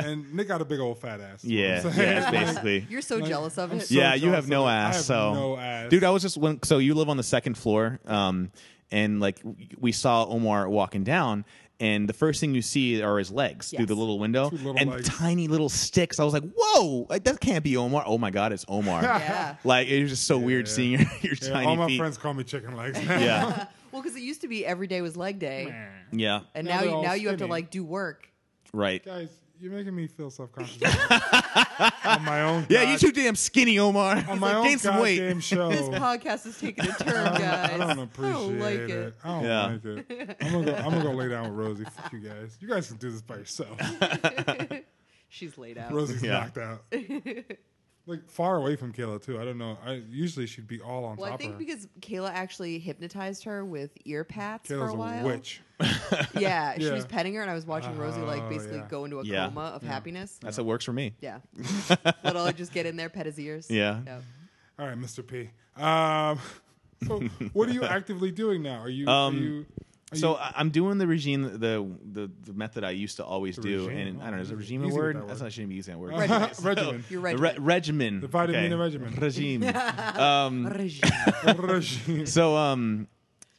[SPEAKER 2] and Nick got a big old fat ass. is what
[SPEAKER 4] Yeah,
[SPEAKER 2] I'm saying.
[SPEAKER 4] yeah, basically.
[SPEAKER 3] You're so
[SPEAKER 2] Like,
[SPEAKER 3] jealous of
[SPEAKER 2] I'm
[SPEAKER 3] it.
[SPEAKER 2] so
[SPEAKER 4] yeah, you
[SPEAKER 2] jealous
[SPEAKER 4] have no
[SPEAKER 2] of it. I
[SPEAKER 4] ass.
[SPEAKER 2] have
[SPEAKER 4] so,
[SPEAKER 2] no ass.
[SPEAKER 4] dude, I was just when. So you live on the second floor. Um, and like we saw Omar walking down, and the first thing you see are his legs through the
[SPEAKER 3] Yes.
[SPEAKER 4] little window
[SPEAKER 2] Two little
[SPEAKER 4] and
[SPEAKER 2] legs.
[SPEAKER 4] tiny little sticks. I was like, "Whoa, like, that can't be Omar!" Oh my god, it's Omar!
[SPEAKER 3] Yeah.
[SPEAKER 4] Like it was just so weird
[SPEAKER 2] yeah.
[SPEAKER 4] seeing your, your
[SPEAKER 2] Yeah,
[SPEAKER 4] tiny
[SPEAKER 2] all my
[SPEAKER 4] feet.
[SPEAKER 2] friends call me chicken legs.
[SPEAKER 4] yeah,
[SPEAKER 3] Well, because it used to be every day was leg day,
[SPEAKER 4] yeah,
[SPEAKER 3] and
[SPEAKER 2] Now
[SPEAKER 3] now
[SPEAKER 2] they're
[SPEAKER 3] you,
[SPEAKER 2] all
[SPEAKER 3] now you have to
[SPEAKER 2] skinny.
[SPEAKER 3] like do work.
[SPEAKER 4] right.
[SPEAKER 2] Guys, you're making me feel self conscious. on my own.
[SPEAKER 4] Yeah,
[SPEAKER 2] God-
[SPEAKER 4] you too damn skinny, Omar.
[SPEAKER 2] On
[SPEAKER 4] He's
[SPEAKER 2] my
[SPEAKER 4] like,
[SPEAKER 2] own
[SPEAKER 4] gain some weight.
[SPEAKER 2] goddamn show.
[SPEAKER 3] This podcast is taking a turn,
[SPEAKER 2] I
[SPEAKER 3] guys.
[SPEAKER 2] don't appreciate
[SPEAKER 3] like
[SPEAKER 2] it.
[SPEAKER 3] it.
[SPEAKER 2] I don't
[SPEAKER 4] Yeah.
[SPEAKER 2] like it. I'm gonna, go, I'm gonna go lay down with Rosie. Fuck you guys. You guys can do this by yourself.
[SPEAKER 3] She's laid out.
[SPEAKER 2] Rosie's
[SPEAKER 4] Yeah.
[SPEAKER 2] knocked out. Like far away from Kayla too. I don't know. I usually she'd be all on
[SPEAKER 3] Well, I
[SPEAKER 2] top
[SPEAKER 3] think
[SPEAKER 2] of her.
[SPEAKER 3] because Kayla actually hypnotized her with ear pats for
[SPEAKER 2] Kayla's
[SPEAKER 3] a while.
[SPEAKER 2] witch.
[SPEAKER 3] Yeah, she
[SPEAKER 2] Yeah.
[SPEAKER 3] was petting her, and I was watching Rosie like
[SPEAKER 2] Oh,
[SPEAKER 3] basically
[SPEAKER 2] yeah.
[SPEAKER 3] go into a
[SPEAKER 4] Yeah.
[SPEAKER 3] coma of happiness.
[SPEAKER 4] That's what works for me.
[SPEAKER 3] yeah, let all just get in there, pet his ears.
[SPEAKER 4] Yeah.
[SPEAKER 3] Yep.
[SPEAKER 2] All right, Mr. P. Um, so what are you actively doing now? Are you?
[SPEAKER 4] Um,
[SPEAKER 2] are you are
[SPEAKER 4] So
[SPEAKER 2] you-
[SPEAKER 4] I- I'm doing the regime, the the, the method I used to always
[SPEAKER 2] The
[SPEAKER 4] do,
[SPEAKER 2] regime?
[SPEAKER 4] and I
[SPEAKER 2] Oh,
[SPEAKER 4] don't know, is
[SPEAKER 2] easy-
[SPEAKER 4] a regime a
[SPEAKER 2] easy with
[SPEAKER 4] word?
[SPEAKER 2] that
[SPEAKER 4] That's
[SPEAKER 2] word.
[SPEAKER 4] not I shouldn't be using that word.
[SPEAKER 2] Regimen.
[SPEAKER 4] So-
[SPEAKER 2] Regimen.
[SPEAKER 3] Your
[SPEAKER 4] The
[SPEAKER 3] regimen.
[SPEAKER 4] re- regimen.
[SPEAKER 2] The vitamin
[SPEAKER 4] Okay.
[SPEAKER 2] and regimen.
[SPEAKER 4] Regime. um,
[SPEAKER 3] Regime.
[SPEAKER 2] Regime.
[SPEAKER 4] so um,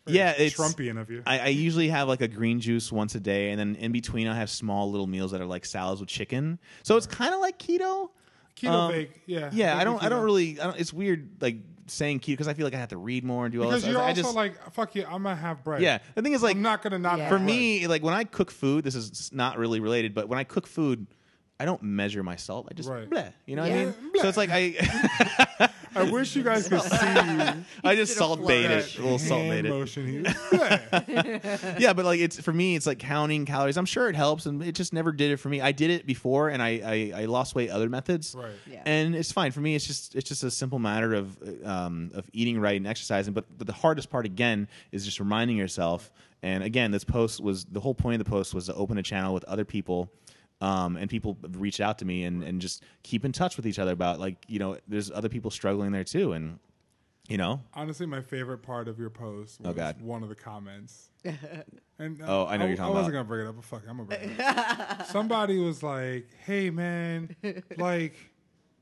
[SPEAKER 4] yeah, it's
[SPEAKER 2] Trumpian of you.
[SPEAKER 4] I, I usually have like a green juice once a day, and then in between I have small little meals that are like salads with chicken. So it's kind of like keto.
[SPEAKER 2] keto
[SPEAKER 4] um,
[SPEAKER 2] bake. Yeah.
[SPEAKER 4] Yeah, I
[SPEAKER 2] bake
[SPEAKER 4] don't. I
[SPEAKER 2] Uh, keto.
[SPEAKER 4] don't really. I don't, it's weird, like saying keto because I feel like I have to read more and do all
[SPEAKER 2] Because
[SPEAKER 4] this.
[SPEAKER 2] you're
[SPEAKER 4] I
[SPEAKER 2] also
[SPEAKER 4] just,
[SPEAKER 2] like, fuck you. I'm gonna have bread.
[SPEAKER 4] yeah. The thing is, like,
[SPEAKER 2] I'm not gonna not.
[SPEAKER 3] Yeah.
[SPEAKER 2] have
[SPEAKER 4] for
[SPEAKER 2] bread.
[SPEAKER 4] me, like when I cook food, this is not really related, but when I cook food, I don't measure my salt. I just
[SPEAKER 2] Right.
[SPEAKER 4] bleh. You know
[SPEAKER 3] Yeah.
[SPEAKER 4] what I mean? So it's like I,
[SPEAKER 2] I wish you guys could see
[SPEAKER 4] I just
[SPEAKER 3] Instead of
[SPEAKER 4] salt bait
[SPEAKER 3] flourish.
[SPEAKER 4] it, a little salt
[SPEAKER 2] hand
[SPEAKER 4] bait it.
[SPEAKER 2] motion. He was, yeah.
[SPEAKER 4] yeah, but like it's for me, it's like counting calories. I'm sure it helps, and it just never did it for me. I did it before, and I I, I lost weight other methods,
[SPEAKER 2] Right.
[SPEAKER 3] Yeah.
[SPEAKER 4] And it's fine for me. It's just it's just a simple matter of um, of eating right and exercising. But but the hardest part again is just reminding yourself. And again, this post was the whole point of the post was to open a channel with other people. Um, and people reached out to me and, and just keep in touch with each other about like you know there's other people struggling there too and you know
[SPEAKER 2] Honestly, my favorite part of your post was
[SPEAKER 4] Oh, God.
[SPEAKER 2] one of the comments. And uh,
[SPEAKER 4] Oh, I know
[SPEAKER 2] I
[SPEAKER 4] what you're talking
[SPEAKER 2] wasn't gonna
[SPEAKER 4] about.
[SPEAKER 2] bring it up, but fuck, it, I'm gonna bring it up. Somebody was like, "Hey, man, like,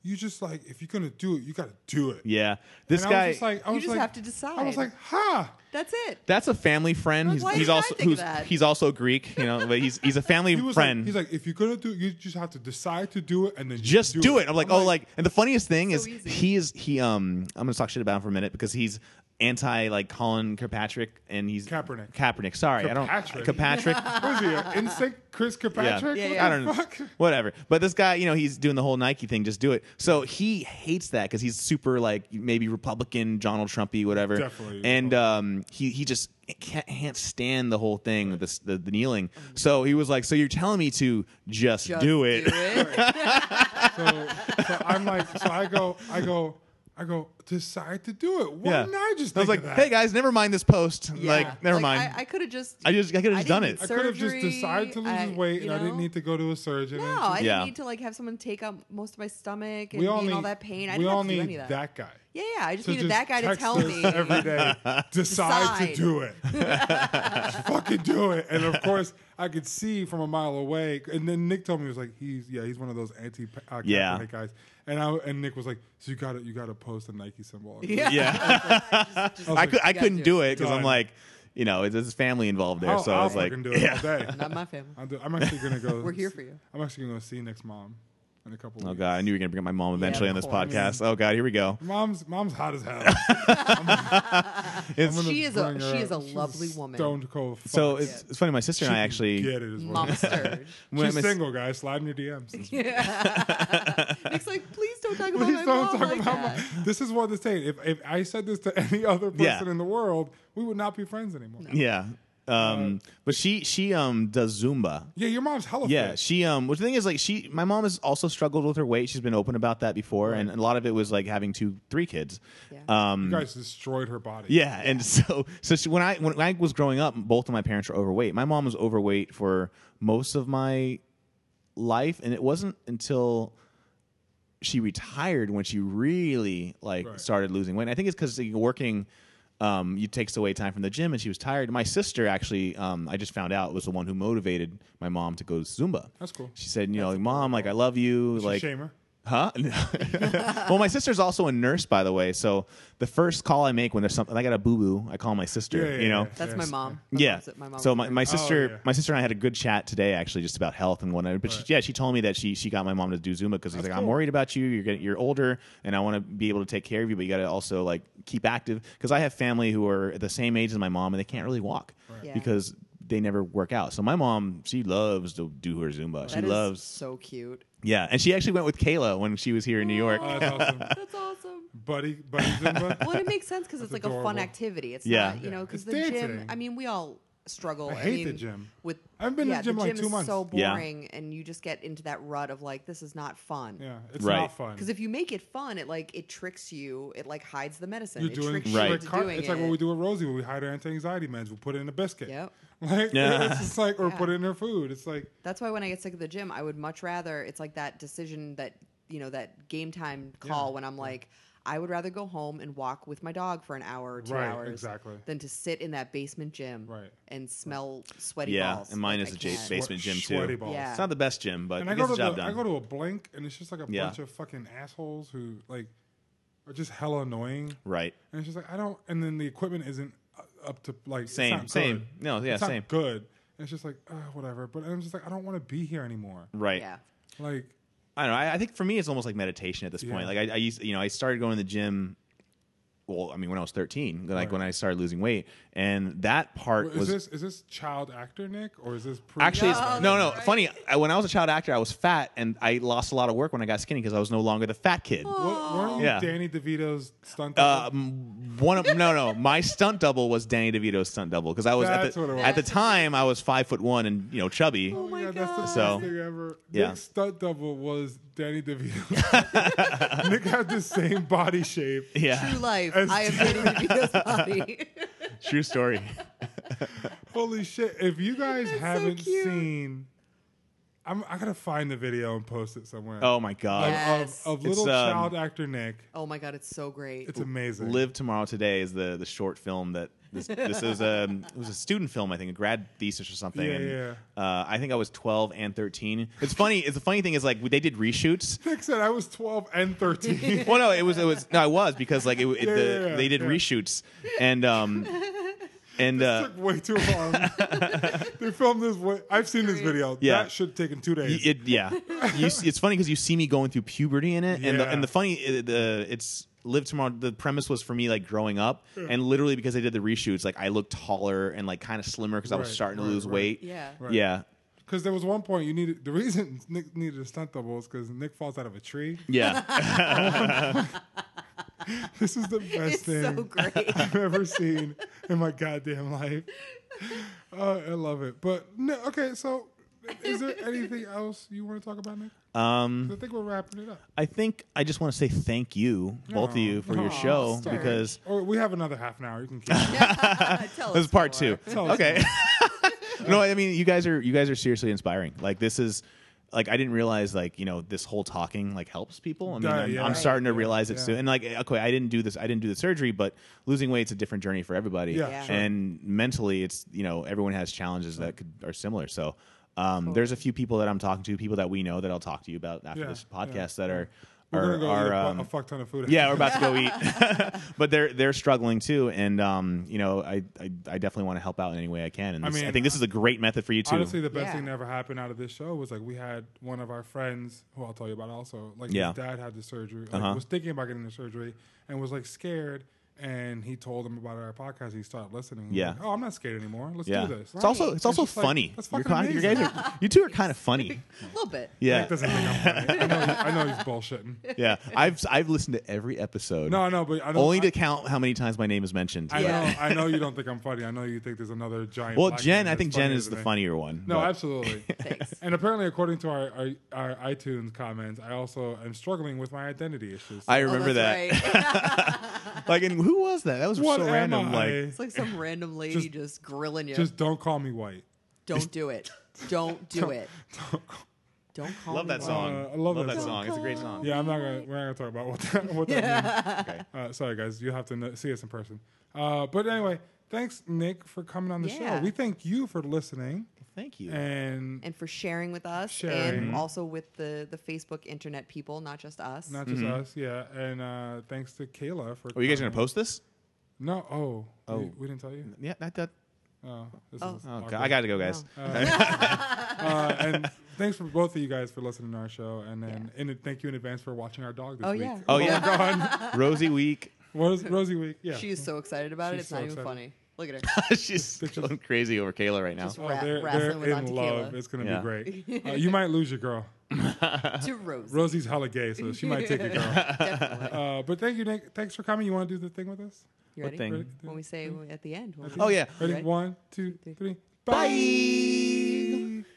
[SPEAKER 2] you just like if you're gonna do it, you gotta do it."
[SPEAKER 4] yeah this
[SPEAKER 2] and
[SPEAKER 4] guy
[SPEAKER 2] I was just like, I
[SPEAKER 3] You
[SPEAKER 2] was
[SPEAKER 3] just
[SPEAKER 2] like-
[SPEAKER 3] have to decide.
[SPEAKER 2] I was like, "Ha!"
[SPEAKER 3] That's it.
[SPEAKER 4] That's a family friend.
[SPEAKER 3] Like,
[SPEAKER 4] he's
[SPEAKER 3] why
[SPEAKER 4] he's
[SPEAKER 3] didn't I
[SPEAKER 4] also
[SPEAKER 3] think of
[SPEAKER 4] who's,
[SPEAKER 3] that?
[SPEAKER 4] he's also Greek, you know, but he's he's a family
[SPEAKER 2] He was
[SPEAKER 4] friend.
[SPEAKER 2] Like, he's like, "If you're gonna do, it, you just have to decide to do it, and then you
[SPEAKER 4] just do, it. I'm like, oh, like, and the funniest thing
[SPEAKER 3] so
[SPEAKER 4] is
[SPEAKER 3] easy.
[SPEAKER 4] he is he um I'm gonna talk shit about him for a minute because he's anti like Colin Kirkpatrick and he's
[SPEAKER 2] Kaepernick.
[SPEAKER 4] Kaepernick. Sorry,
[SPEAKER 2] Kirkpatrick.
[SPEAKER 4] I don't Kirkpatrick.
[SPEAKER 2] What is he? An insect Chris Kirkpatrick?
[SPEAKER 3] Yeah,
[SPEAKER 2] What
[SPEAKER 3] yeah.
[SPEAKER 2] the
[SPEAKER 4] I don't know.
[SPEAKER 2] fuck?
[SPEAKER 4] Whatever. But this guy, you know, he's doing the whole Nike thing, just do it. So he hates that because he's super like maybe Republican, Donald Trumpy, whatever.
[SPEAKER 2] Definitely.
[SPEAKER 4] And um, he he just can't, can't stand the whole thing, this, the the kneeling. So he was like, so you're telling me to just,
[SPEAKER 3] Just
[SPEAKER 4] do it.
[SPEAKER 2] so, so I'm like, so I go, I go, I go, decide to do it. Why
[SPEAKER 4] yeah.
[SPEAKER 2] didn't I just
[SPEAKER 4] I was
[SPEAKER 2] think
[SPEAKER 4] like,
[SPEAKER 2] of that?
[SPEAKER 4] hey guys, never mind this post.
[SPEAKER 3] Yeah.
[SPEAKER 4] Like, never mind.
[SPEAKER 3] I, I could have just.
[SPEAKER 4] I just- I could've just done
[SPEAKER 3] didn't
[SPEAKER 4] it.
[SPEAKER 2] I
[SPEAKER 3] need
[SPEAKER 2] could have just
[SPEAKER 3] surgery.
[SPEAKER 2] decided to lose
[SPEAKER 3] I-
[SPEAKER 2] weight,
[SPEAKER 3] you
[SPEAKER 2] and I didn't
[SPEAKER 3] know?
[SPEAKER 2] need to go to a surgeon.
[SPEAKER 3] No,
[SPEAKER 2] and
[SPEAKER 3] I didn't
[SPEAKER 4] Yeah.
[SPEAKER 3] need to like have someone take out most of my stomach
[SPEAKER 2] Mm-hmm.
[SPEAKER 3] and
[SPEAKER 2] we
[SPEAKER 3] be
[SPEAKER 2] all
[SPEAKER 3] in
[SPEAKER 2] need
[SPEAKER 3] all that pain. I
[SPEAKER 2] we
[SPEAKER 3] didn't
[SPEAKER 2] all
[SPEAKER 3] have to do
[SPEAKER 2] need
[SPEAKER 3] any of
[SPEAKER 2] that
[SPEAKER 3] that.
[SPEAKER 2] guy.
[SPEAKER 3] Yeah, yeah. I just
[SPEAKER 2] to
[SPEAKER 3] needed that guy to
[SPEAKER 2] text
[SPEAKER 3] tell
[SPEAKER 2] us
[SPEAKER 3] me.
[SPEAKER 2] every day. decide, to
[SPEAKER 3] Decide.
[SPEAKER 2] do it. Just fucking do it. And of course, I could see from a mile away. And then Nick told me he was like, he's yeah, he's one of those anti uh,
[SPEAKER 4] Yeah.
[SPEAKER 2] Kaepernick guys. And I and Nick was like, so you got to you got to post a Nike symbol.
[SPEAKER 3] Yeah.
[SPEAKER 4] yeah,
[SPEAKER 3] Just- just-
[SPEAKER 4] I could I
[SPEAKER 3] you gotta
[SPEAKER 4] couldn't do it because I'm
[SPEAKER 2] Done.
[SPEAKER 4] like, you know, it's- there's family involved there.
[SPEAKER 2] I'll,
[SPEAKER 4] so
[SPEAKER 2] I'll
[SPEAKER 4] I was like,
[SPEAKER 2] fucking do it
[SPEAKER 4] yeah.
[SPEAKER 2] all day.
[SPEAKER 3] Not my family.
[SPEAKER 2] I'm, do- I'm actually gonna go.
[SPEAKER 3] We're here for you.
[SPEAKER 2] I'm actually gonna go see Nick's mom in a couple.
[SPEAKER 4] Oh
[SPEAKER 2] weeks.
[SPEAKER 4] god, I knew you were gonna bring up my mom eventually
[SPEAKER 3] of
[SPEAKER 4] on this
[SPEAKER 3] course.
[SPEAKER 4] podcast. Oh god, here we go.
[SPEAKER 2] Mom's mom's hot as hell.
[SPEAKER 4] It's-
[SPEAKER 2] I'm gonna
[SPEAKER 3] She is a-
[SPEAKER 2] bring her
[SPEAKER 3] she is
[SPEAKER 2] up.
[SPEAKER 3] a
[SPEAKER 2] She's
[SPEAKER 3] lovely woman.
[SPEAKER 2] Stone cold. Fox.
[SPEAKER 4] So it's, it's funny. My sister and I
[SPEAKER 2] She
[SPEAKER 4] actually.
[SPEAKER 2] can get it as well.
[SPEAKER 3] Mama Sturge.
[SPEAKER 4] when
[SPEAKER 2] She's
[SPEAKER 4] my s-
[SPEAKER 2] single, guys. Slide in your DMs.
[SPEAKER 3] Nick's like, please don't talk about my
[SPEAKER 2] Please don't
[SPEAKER 3] mom
[SPEAKER 2] talk
[SPEAKER 3] like
[SPEAKER 2] about
[SPEAKER 3] that.
[SPEAKER 2] my. This is what this thing. If if I said this to any other person
[SPEAKER 4] Yeah.
[SPEAKER 2] in the world, we would not be friends anymore.
[SPEAKER 4] Yeah. Um, but she she um does Zumba.
[SPEAKER 2] Yeah, your mom's hella
[SPEAKER 4] Yeah,
[SPEAKER 2] fit.
[SPEAKER 4] she um. Which the thing is, like, she my mom has also struggled with her weight. She's been open about that before, and a lot of it was like having two, three kids.
[SPEAKER 3] Yeah.
[SPEAKER 4] Um,
[SPEAKER 2] You guys destroyed her body.
[SPEAKER 4] Yeah, and so so she, when I when I was growing up, both of my parents were overweight. My mom was overweight for most of my life, and it wasn't until she retired when she really like
[SPEAKER 2] Right.
[SPEAKER 4] started losing weight. And I think it's because working. Um, you takes away time from the gym, and she was tired. My sister actually, um, I just found out, was the one who motivated my mom to go to Zumba.
[SPEAKER 2] That's cool.
[SPEAKER 4] She said, "You know, like, mom, like I love you."
[SPEAKER 2] Did you
[SPEAKER 4] like,
[SPEAKER 2] shame her?
[SPEAKER 4] Huh? No. well, my sister's also a nurse, by the way. So the first call I make when there's something, I got a boo boo, I call my sister.
[SPEAKER 2] Yeah, yeah,
[SPEAKER 4] you know.
[SPEAKER 2] yeah.
[SPEAKER 3] That's my mom. My
[SPEAKER 4] Yeah.
[SPEAKER 3] mom's- My mom
[SPEAKER 4] so
[SPEAKER 3] was "Oh,
[SPEAKER 4] my,
[SPEAKER 3] there.
[SPEAKER 4] my sister
[SPEAKER 2] yeah.
[SPEAKER 4] my sister and I had a good chat today actually just about health and whatnot. But she, yeah, she told me that she she got my mom to do Zumba because she's like, I'm
[SPEAKER 2] cool.
[SPEAKER 4] worried about you. You're getting you're older, and I want to be able to take care of you, but you got to also like keep active because I have family who are the same age as my mom and they can't really walk
[SPEAKER 3] Yeah.
[SPEAKER 4] because they never work out. So my mom, she loves to do her Zumba. she
[SPEAKER 3] That is
[SPEAKER 4] loves
[SPEAKER 3] so cute.
[SPEAKER 4] yeah, and she actually went with Kayla when she was here in New York.
[SPEAKER 2] Oh, that's awesome.
[SPEAKER 3] That's awesome.
[SPEAKER 2] Buddy, buddy Zumba.
[SPEAKER 3] Well, and it makes sense because it's like
[SPEAKER 2] That's
[SPEAKER 3] a fun
[SPEAKER 2] adorable.
[SPEAKER 3] activity. It's
[SPEAKER 4] Yeah.
[SPEAKER 3] not, you know, because
[SPEAKER 2] It's
[SPEAKER 3] the gym.
[SPEAKER 2] dancing.
[SPEAKER 3] I mean, we all struggle.
[SPEAKER 2] I hate
[SPEAKER 3] mean,
[SPEAKER 2] the gym.
[SPEAKER 3] With
[SPEAKER 2] I've been to
[SPEAKER 3] yeah,
[SPEAKER 2] the gym, like, two
[SPEAKER 3] is
[SPEAKER 2] months.
[SPEAKER 3] So
[SPEAKER 4] Yeah.
[SPEAKER 3] boring, and you just get into that rut of like, this is not fun.
[SPEAKER 2] Yeah, it's
[SPEAKER 4] Right.
[SPEAKER 2] not fun.
[SPEAKER 3] Because if you make it fun, it like it tricks you. It like hides the medicine.
[SPEAKER 2] You're
[SPEAKER 3] it
[SPEAKER 2] doing
[SPEAKER 3] tricks
[SPEAKER 2] it's
[SPEAKER 3] you
[SPEAKER 4] Right.
[SPEAKER 2] like
[SPEAKER 3] into
[SPEAKER 2] car-
[SPEAKER 3] doing
[SPEAKER 2] It's like what
[SPEAKER 3] it.
[SPEAKER 2] we do with Rosie when we hide her anti-anxiety meds. We put it in a biscuit.
[SPEAKER 3] Yep.
[SPEAKER 2] Like
[SPEAKER 4] Yeah.
[SPEAKER 2] it's just like or
[SPEAKER 3] Yeah.
[SPEAKER 2] put it in her food. It's like
[SPEAKER 3] That's why when I get sick of the gym, I would much rather it's like that decision that you know that game time call
[SPEAKER 2] Yeah,
[SPEAKER 3] when I'm like, I would rather go home and walk with my dog for an hour or two
[SPEAKER 2] Right,
[SPEAKER 3] hours
[SPEAKER 2] exactly.
[SPEAKER 3] than to sit in that basement gym
[SPEAKER 2] Right.
[SPEAKER 3] and smell sweaty
[SPEAKER 4] Yeah,
[SPEAKER 3] balls.
[SPEAKER 4] and mine
[SPEAKER 3] Like,
[SPEAKER 4] is
[SPEAKER 3] I
[SPEAKER 4] a J-
[SPEAKER 3] can't.
[SPEAKER 4] base- Basement
[SPEAKER 2] swe-
[SPEAKER 4] gym, too.
[SPEAKER 2] sweaty balls.
[SPEAKER 3] Yeah.
[SPEAKER 4] It's not the best gym, but
[SPEAKER 2] And
[SPEAKER 4] it
[SPEAKER 2] I
[SPEAKER 4] gets
[SPEAKER 2] go
[SPEAKER 4] the
[SPEAKER 2] to
[SPEAKER 4] job
[SPEAKER 2] the,
[SPEAKER 4] done.
[SPEAKER 2] I go to a blink and it's just like a
[SPEAKER 4] Yeah.
[SPEAKER 2] bunch of fucking assholes who like are just hella annoying.
[SPEAKER 4] right.
[SPEAKER 2] And it's just like I don't. And then the equipment isn't up to like it's
[SPEAKER 4] Same,
[SPEAKER 2] not
[SPEAKER 4] same.
[SPEAKER 2] good.
[SPEAKER 4] No, yeah,
[SPEAKER 2] It's not
[SPEAKER 4] same.
[SPEAKER 2] good. And it's just like uh, whatever. But I'm just like I don't want to be here anymore.
[SPEAKER 4] Right.
[SPEAKER 3] Yeah.
[SPEAKER 2] Like
[SPEAKER 4] I don't know. I, I think for me, it's almost like meditation at this point.
[SPEAKER 2] Yeah.
[SPEAKER 4] Like I, I used, you know, I started going to the gym. Well, I mean, when I was thirteen, like when I started losing weight, and that part
[SPEAKER 2] is
[SPEAKER 4] was
[SPEAKER 2] this is this child actor Nick or is this pre-
[SPEAKER 4] actually it's-
[SPEAKER 3] No,
[SPEAKER 4] no, no.
[SPEAKER 3] that's right.
[SPEAKER 4] Funny, I, when I was a child actor, I was fat, and I lost a lot of work when I got skinny because I was no longer the fat kid.
[SPEAKER 3] Oh.
[SPEAKER 2] What, weren't you
[SPEAKER 4] Yeah.
[SPEAKER 2] Danny DeVito's stunt?
[SPEAKER 4] Uh,
[SPEAKER 2] double?
[SPEAKER 4] m- one of no no my stunt double was Danny DeVito's stunt double because I was at
[SPEAKER 2] That's what it
[SPEAKER 4] the,
[SPEAKER 2] was.
[SPEAKER 4] at the time I was five foot one and you know chubby
[SPEAKER 2] Oh my god, that's the
[SPEAKER 4] So-
[SPEAKER 2] best thing ever.
[SPEAKER 4] Yeah.
[SPEAKER 2] Nick's stunt double was Danny DeVito. Nick had the same body shape.
[SPEAKER 4] yeah
[SPEAKER 3] True life.
[SPEAKER 2] As-
[SPEAKER 3] I am dating Vito's body.
[SPEAKER 4] true story
[SPEAKER 2] Holy shit! If you guys
[SPEAKER 3] That's so
[SPEAKER 2] haven't
[SPEAKER 3] cute.
[SPEAKER 2] seen, I'm I gotta find the video and post it somewhere.
[SPEAKER 4] oh my god
[SPEAKER 3] Yeah. Yes.
[SPEAKER 2] Of, of little
[SPEAKER 4] It's, um,
[SPEAKER 2] child actor Nick.
[SPEAKER 3] oh my god, it's so great.
[SPEAKER 2] It's amazing.
[SPEAKER 4] Live Tomorrow Today is the the short film that this, this is a it was a student film I think a grad thesis or something.
[SPEAKER 2] Yeah,
[SPEAKER 4] and,
[SPEAKER 2] yeah.
[SPEAKER 4] Uh, I think I was twelve and thirteen. It's funny. It's the funny thing is like they did reshoots.
[SPEAKER 2] Nick said I was 12 and 13.
[SPEAKER 4] Well, no, it was it was no, I was because like it, it,
[SPEAKER 2] Yeah,
[SPEAKER 4] the,
[SPEAKER 2] yeah, yeah,
[SPEAKER 4] they did
[SPEAKER 2] yeah.
[SPEAKER 4] reshoots and um and uh,
[SPEAKER 2] took way too long. they filmed this. Way, I've seen this video.
[SPEAKER 4] Yeah.
[SPEAKER 2] That should have taken two
[SPEAKER 4] Y-
[SPEAKER 2] days.
[SPEAKER 4] It, yeah, you, s- it's funny because you see me going through puberty in it, and the,
[SPEAKER 2] Yeah.
[SPEAKER 4] and the funny uh, the it's live tomorrow. The premise was for me like growing up, and literally because they did the reshoots, like I looked taller and like kind of slimmer because I was
[SPEAKER 2] Right,
[SPEAKER 4] starting to
[SPEAKER 2] right,
[SPEAKER 4] lose
[SPEAKER 2] right.
[SPEAKER 4] weight.
[SPEAKER 3] Yeah.
[SPEAKER 2] Right.
[SPEAKER 4] yeah,
[SPEAKER 2] Because there was one point you needed. The reason Nick needed a stunt double is because Nick falls out of a tree.
[SPEAKER 4] yeah.
[SPEAKER 2] This is the best
[SPEAKER 3] It's
[SPEAKER 2] thing
[SPEAKER 3] so great.
[SPEAKER 2] I've ever seen in my goddamn life. Oh, I love it. But no, okay. So, is there anything else you want to talk about, Nick?
[SPEAKER 4] um,
[SPEAKER 2] I think we're wrapping it up.
[SPEAKER 4] I think I just want to say thank you, both of you, for your
[SPEAKER 2] Aw,
[SPEAKER 4] show
[SPEAKER 2] sorry.
[SPEAKER 4] because
[SPEAKER 2] or we have another half an hour. You can keep.
[SPEAKER 3] Tell us
[SPEAKER 4] This is part
[SPEAKER 3] more.
[SPEAKER 4] two. Okay. no, I mean you guys are you guys are seriously inspiring. Like this is like I didn't realize like you know this whole talking like helps people. I mean
[SPEAKER 2] Yeah,
[SPEAKER 4] I'm,
[SPEAKER 2] yeah.
[SPEAKER 4] I'm
[SPEAKER 2] Right.
[SPEAKER 4] starting to
[SPEAKER 2] Yeah,
[SPEAKER 4] realize it
[SPEAKER 2] yeah.
[SPEAKER 4] soon. And like okay, I didn't do this. I didn't do the surgery, but losing weight's a different journey for everybody.
[SPEAKER 2] Yeah, Yeah.
[SPEAKER 3] sure.
[SPEAKER 4] And mentally, it's you know everyone has challenges that could are similar. So. Um, there's a few people that I'm talking to, people that we know that I'll talk to you about after
[SPEAKER 2] Yeah,
[SPEAKER 4] this
[SPEAKER 2] yeah.
[SPEAKER 4] podcast that are
[SPEAKER 2] We're
[SPEAKER 4] are,
[SPEAKER 2] gonna go eat
[SPEAKER 4] are
[SPEAKER 2] a, bu-
[SPEAKER 4] um,
[SPEAKER 2] a fuck ton of food.
[SPEAKER 4] yeah, we're about to go eat, but they're they're struggling too, and um, you know, I I, I definitely want to help out in any way I can, and
[SPEAKER 2] I
[SPEAKER 4] this- I,
[SPEAKER 2] mean,
[SPEAKER 4] think this is a great method for you too.
[SPEAKER 2] Honestly, the best
[SPEAKER 3] Yeah.
[SPEAKER 2] thing that ever happened out of this show was like we had one of our friends who I'll tell you about also. Like
[SPEAKER 4] Yeah.
[SPEAKER 2] his dad had the surgery, like,
[SPEAKER 4] Uh-huh.
[SPEAKER 2] was thinking about getting the surgery and was like scared. And he told him about our podcast. And he started listening. He was
[SPEAKER 4] Yeah.
[SPEAKER 2] like, oh, I'm not scared anymore. Let's
[SPEAKER 4] yeah,
[SPEAKER 2] do this.
[SPEAKER 4] it's also it's also
[SPEAKER 2] just like,
[SPEAKER 4] funny.
[SPEAKER 2] that's
[SPEAKER 4] You're
[SPEAKER 2] fucking
[SPEAKER 4] kind- you guys are you two are kind of funny.
[SPEAKER 3] A little bit.
[SPEAKER 4] Yeah,
[SPEAKER 2] Nick doesn't think I'm funny. I know, I know he's bullshitting.
[SPEAKER 4] yeah. I've I've listened to every episode.
[SPEAKER 2] No, no, but I don't.
[SPEAKER 4] only
[SPEAKER 2] I,
[SPEAKER 4] to count how many times my name is mentioned.
[SPEAKER 2] I
[SPEAKER 3] Yeah.
[SPEAKER 2] know. I know you don't think I'm funny. I know you think there's another giant.
[SPEAKER 4] Well,
[SPEAKER 2] black man
[SPEAKER 4] Jen, I
[SPEAKER 2] that's
[SPEAKER 4] think Jen
[SPEAKER 2] funnier
[SPEAKER 4] is the
[SPEAKER 2] than me.
[SPEAKER 4] funnier one.
[SPEAKER 2] No,
[SPEAKER 4] but-
[SPEAKER 2] absolutely.
[SPEAKER 3] Thanks.
[SPEAKER 2] And apparently, according to our, our, our iTunes comments, I also am struggling with my identity issues.
[SPEAKER 4] I
[SPEAKER 3] Oh,
[SPEAKER 4] remember that.
[SPEAKER 3] that's Right.
[SPEAKER 4] Like, and who was that? That was
[SPEAKER 2] What
[SPEAKER 4] so
[SPEAKER 2] am
[SPEAKER 4] random.
[SPEAKER 2] I?
[SPEAKER 4] Like,
[SPEAKER 3] It's like some random lady just, grilling you.
[SPEAKER 2] Just don't call me white.
[SPEAKER 3] don't do it. Don't do it.
[SPEAKER 2] Don't call-
[SPEAKER 3] Don't call
[SPEAKER 4] love
[SPEAKER 3] me
[SPEAKER 4] that
[SPEAKER 3] white.
[SPEAKER 4] song.
[SPEAKER 2] Uh, I love that
[SPEAKER 4] that
[SPEAKER 2] song.
[SPEAKER 4] song. It's a great song.
[SPEAKER 2] Yeah, I'm not gonna. We're not gonna talk about what that, what that means. Uh, sorry, guys, you have to kn- see us in person. Uh, but anyway, thanks Nick for coming on the
[SPEAKER 3] Yeah.
[SPEAKER 2] show. We thank you for listening.
[SPEAKER 4] thank you.
[SPEAKER 2] and
[SPEAKER 3] and for sharing with us
[SPEAKER 2] Sharing.
[SPEAKER 3] and also with the the Facebook internet people, not just us.
[SPEAKER 2] not just us, yeah. And uh, thanks to Kayla for.
[SPEAKER 4] Mm-hmm. Are you guys gonna
[SPEAKER 2] coming.
[SPEAKER 4] post this?
[SPEAKER 2] No, oh, oh, we,
[SPEAKER 4] Oh.
[SPEAKER 2] we didn't tell you.
[SPEAKER 4] Yeah, that. that
[SPEAKER 2] Oh, this
[SPEAKER 3] Oh.
[SPEAKER 2] is
[SPEAKER 4] oh, God,
[SPEAKER 2] awkward.
[SPEAKER 4] I gotta go, guys.
[SPEAKER 2] Uh, and thanks for both of you guys for listening to our show, and then and thank you in advance for watching our dog this
[SPEAKER 3] Oh,
[SPEAKER 2] week.
[SPEAKER 3] yeah.
[SPEAKER 4] Oh,
[SPEAKER 2] my
[SPEAKER 4] yeah.
[SPEAKER 2] God.
[SPEAKER 4] Rosie Week.
[SPEAKER 2] What is Rosie Week? Yeah,
[SPEAKER 3] She is so excited about
[SPEAKER 2] She's
[SPEAKER 3] it. It's not
[SPEAKER 2] so
[SPEAKER 3] even
[SPEAKER 2] excited.
[SPEAKER 3] funny. Look at her.
[SPEAKER 4] She's going crazy over Kayla right now.
[SPEAKER 3] Just-
[SPEAKER 2] Oh,
[SPEAKER 3] Ra-
[SPEAKER 2] they're they're
[SPEAKER 3] wrestling with
[SPEAKER 2] in
[SPEAKER 3] Auntie
[SPEAKER 2] love.
[SPEAKER 3] Kayla.
[SPEAKER 2] It's gonna
[SPEAKER 4] Yeah.
[SPEAKER 2] be great. Uh, you might lose your girl.
[SPEAKER 3] to Rose.
[SPEAKER 2] Rosie's hella gay, so she might take your girl.
[SPEAKER 3] Definitely.
[SPEAKER 2] Uh, but thank you, Nick. Thanks for coming. You want to do the thing with us?
[SPEAKER 3] You
[SPEAKER 4] What
[SPEAKER 3] ready?
[SPEAKER 4] thing?
[SPEAKER 3] When we say at the end. when we-
[SPEAKER 4] Oh yeah.
[SPEAKER 2] Ready?
[SPEAKER 3] Ready?
[SPEAKER 2] One, two,
[SPEAKER 3] Two, three.
[SPEAKER 2] three.
[SPEAKER 4] Bye.